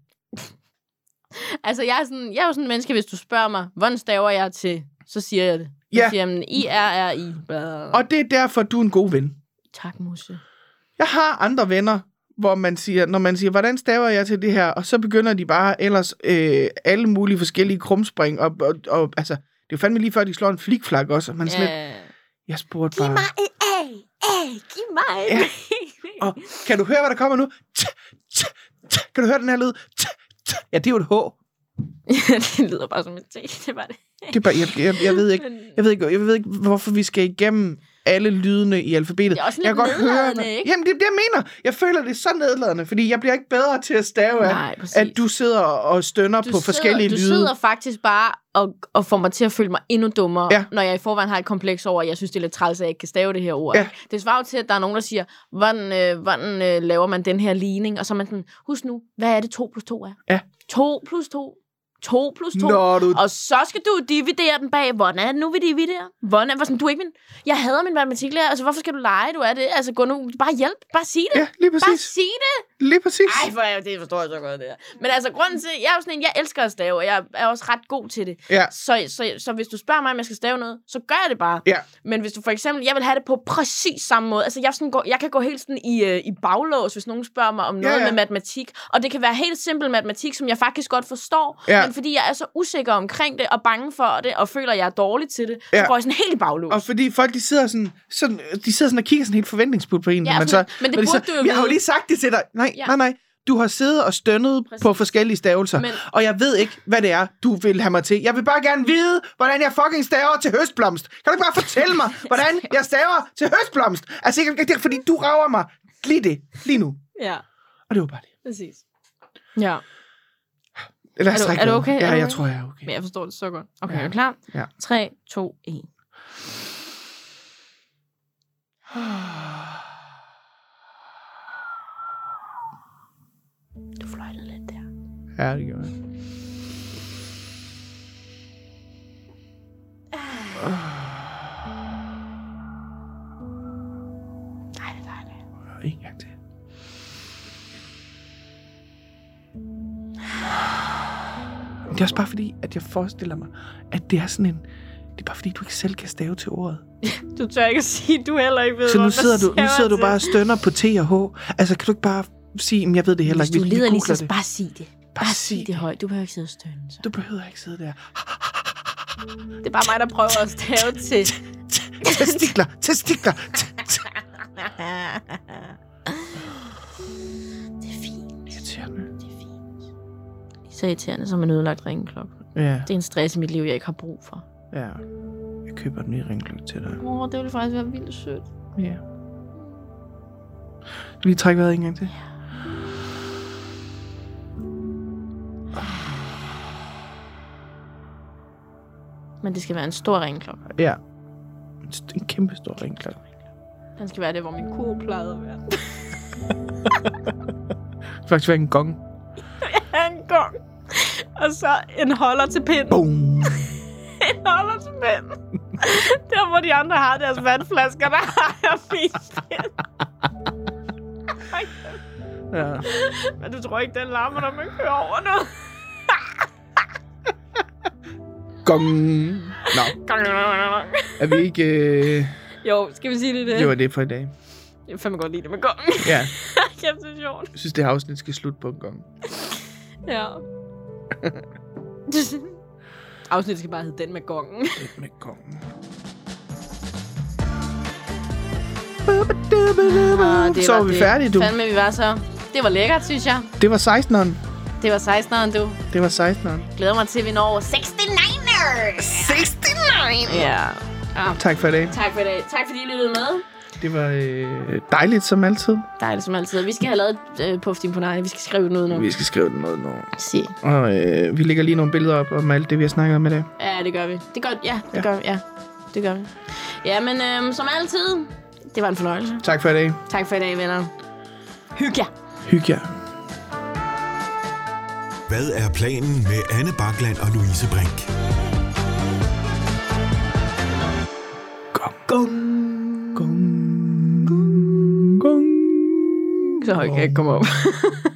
S2: Altså, jeg er, sådan, jeg er jo sådan en menneske, hvis du spørger mig, hvordan staver jeg til, så siger jeg det. Jeg
S3: Ja.
S2: siger, jamen, I er I. Og...
S3: Og det er derfor, du er en god ven.
S2: Tak, Musse.
S3: Jeg har andre venner, hvor man siger, når man siger, hvordan staver jeg til det her? Og så begynder de bare ellers øh, alle mulige forskellige krumspring. Og, og, og, altså, det er jo fandme lige før, de slår en flikflak også. Og man er sådan lidt,
S2: Øh,
S3: jeg spurgte
S2: giv
S3: bare,
S2: mig en A. A. Giv mig en
S3: Ja.
S2: A.
S3: og, kan du høre, hvad der kommer nu? Tch, tch, tch. Kan du høre den her lyd? Tch, tch. Ja, det er jo et H.
S2: det lyder bare som et te. Det var det.
S3: Det er bare, jeg, jeg, jeg, ved ikke,
S2: Men-
S3: jeg, ved ikke, jeg ved ikke, hvorfor vi skal igennem alle lydene i alfabetet.
S2: Det er også
S3: jeg
S2: lidt nedladende, ikke?
S3: Jamen, det er det, jeg mener. Jeg føler, det er så nedladende, fordi jeg bliver ikke bedre til at stave af,
S2: Nej, præcis.
S3: at du sidder og stønner på forskellige
S2: sidder,
S3: lyde.
S2: Du sidder faktisk bare og, og får mig til at føle mig endnu dummere,
S3: Ja.
S2: ja. når jeg i forvejen har et kompleks over, at jeg synes, det er lidt træls, at jeg ikke kan stave det her ord.
S3: Ja.
S2: Ja. Det svarer jo til, at der er nogen, der siger, hvordan, øh, hvordan øh, laver man den her ligning? Og så er man sådan, husk nu, hvad er det 2 plus 2 er?
S3: Ja.
S2: 2 plus 2. 2 plus 2.
S3: Når du...
S2: Og så skal du dividere den bag. Hvordan er det nu, vi dividerer? Hvordan er, hvor sådan, du er ikke min... Jeg hader min matematiklærer. Altså, hvorfor skal du lege, du er det? Altså, gå nu... Bare hjælp. Bare sig det.
S3: Ja, lige
S2: Bare
S3: præcis.
S2: sig det.
S3: Lige præcis.
S2: Ej, for jeg, det forstår jeg så godt, det her. Men altså, grunden til, jeg er jo sådan en, jeg elsker at stave, og jeg er også ret god til det.
S3: Ja.
S2: Så, så, så hvis du spørger mig, om jeg skal stave noget, så gør jeg det bare.
S3: Ja.
S2: Men hvis du for eksempel, jeg vil have det på præcis samme måde. Altså, jeg, er sådan, går, jeg kan gå helt sådan i, øh, i baglås, hvis nogen spørger mig om noget
S3: ja.
S2: med matematik. Og det kan være helt simpel matematik, som jeg faktisk godt forstår.
S3: Ja.
S2: Men fordi jeg er så usikker omkring det, og bange for det, og føler, at jeg er dårlig til det,
S3: Ja.
S2: så går jeg sådan helt i baglås.
S3: Og fordi folk, de sidder sådan, sådan, de sidder sådan og kigger sådan helt forventningsfuldt på en.
S2: Ja,
S3: når man så,
S2: sådan, men det
S3: når de
S2: burde
S3: så,
S2: du jo
S3: Jeg har jo
S2: vide."
S3: lige sagt det til dig. Nej, ja.
S2: Ja.
S3: nej, nej. Du har siddet og stønnet Præcis.
S2: Præcis.
S3: på forskellige stavelser, men...
S2: Men-
S3: og jeg ved ikke, hvad det er, du vil have mig til. Jeg vil bare gerne vide, hvordan jeg fucking staver til høstblomst. Kan du ikke bare fortælle mig, hvordan jeg staver til høstblomst? Altså, jeg, det er, fordi du rager mig lige det, lige nu.
S2: Ja,
S3: Og det var bare det.
S2: præcis. Ja.
S3: Lad
S2: Er
S3: os
S2: du-
S3: trække
S2: er du
S3: vejret.
S2: okay? Er
S3: Ja,
S2: du
S3: jeg
S2: okay?
S3: tror, jeg er okay.
S2: Men jeg forstår det så godt. Okay,
S3: Ja.
S2: ja. er du klar?
S3: Ja.
S2: 3, 2, 1. Du fløjtede lidt der.
S3: Ja, det gjorde jeg.
S2: Nej, det er dejligt.
S3: Og en gang til. Men Det er også bare fordi, at jeg forestiller mig, at det er sådan en... Det er bare fordi, du ikke selv kan stave til ordet.
S2: Du tør ikke at sige, du heller ikke ved,
S3: Så nu
S2: hvordan
S3: sidder
S2: man
S3: du, nu
S2: staver
S3: sidder du
S2: til.
S3: bare og stønner på T og H. Altså, kan du ikke bare sige, at jeg ved det heller
S2: Hvis
S3: ikke.
S2: du
S3: vi- vi
S2: lider lige,
S3: googler
S2: så
S3: det."
S2: bare sig det. Bare sig det højt. Du behøver ikke sidde og stønne. Så.
S3: Du behøver ikke sidde der.
S2: Det er bare mig, der prøver at stave til.
S3: Testikler, testikler. T- t-
S2: Det er fint.
S3: Irriterende.
S2: Det er fint. Det er så irriterende, som en ødelagt ringeklokke.
S3: Ja,
S2: Det er en stress i mit liv, jeg ikke har brug for.
S3: ja. Jeg køber den nye ringklokke til dig.
S2: Mor, det ville faktisk være vildt sødt.
S3: Ja. Lige træk vejret en gang til.
S2: Men det skal være en stor ringklokke.
S3: Ja. En st- En kæmpe stor ringklokke.
S2: Den skal være det, hvor min ko plejede at være.
S3: Det skal faktisk være en gong.
S2: En gang. Og så en holder til pinden.
S3: Boom.
S2: En holder til pinden. Der, hvor de andre har deres vandflasker, der har jeg min pind.
S3: Ja.
S2: Men du tror ikke, den larmer, når man kører over nu?
S3: Gong. Nå, er vi ikke... Øh...
S2: jo, skal vi sige det? det?
S3: Det var det for i dag.
S2: Jeg kan fandme godt lide det med gongen.
S3: Ja,
S2: Kæft, det er sjovt.
S3: jeg synes, det her afsnit skal slutte på en gong.
S2: Ja. Afsnittet skal bare hedde den med gongen.
S3: Den med gongen.
S2: Uh,
S3: Uh, Så Ah, var vi færdige, du.
S2: Fandme, vi var så. Det var lækkert, synes jeg.
S3: Det var 16'eren.
S2: Det var 16'eren, du.
S3: Det var 16'eren.
S2: Glæder mig til, at vi når over 69ers. 69! Ja.
S3: Tak for i dag.
S2: Tak for i dag. Tak fordi I lyttede med.
S3: Det var øh, dejligt som altid.
S2: Dejligt som altid. Vi skal have lavet øh, på på nej. Vi skal skrive den ud nu.
S3: Vi skal skrive den noget nu.
S2: Se.
S3: Og øh, vi lægger lige nogle billeder op om alt det, vi har snakket om i dag.
S2: Ja, det gør vi. Det gør, ja, det ja.
S3: Ja.
S2: gør vi. Ja, det gør vi. Ja, men øhm, som altid, det var en fornøjelse.
S3: Tak for i dag.
S2: Tak for i dag, venner. Hyg jer.
S3: Hyg jer.
S1: Hvad er planen med Anne Bakland og Louise Brink?
S3: Gong. Gong. Gong. Gong.
S2: Så højt kan jeg ikke komme op.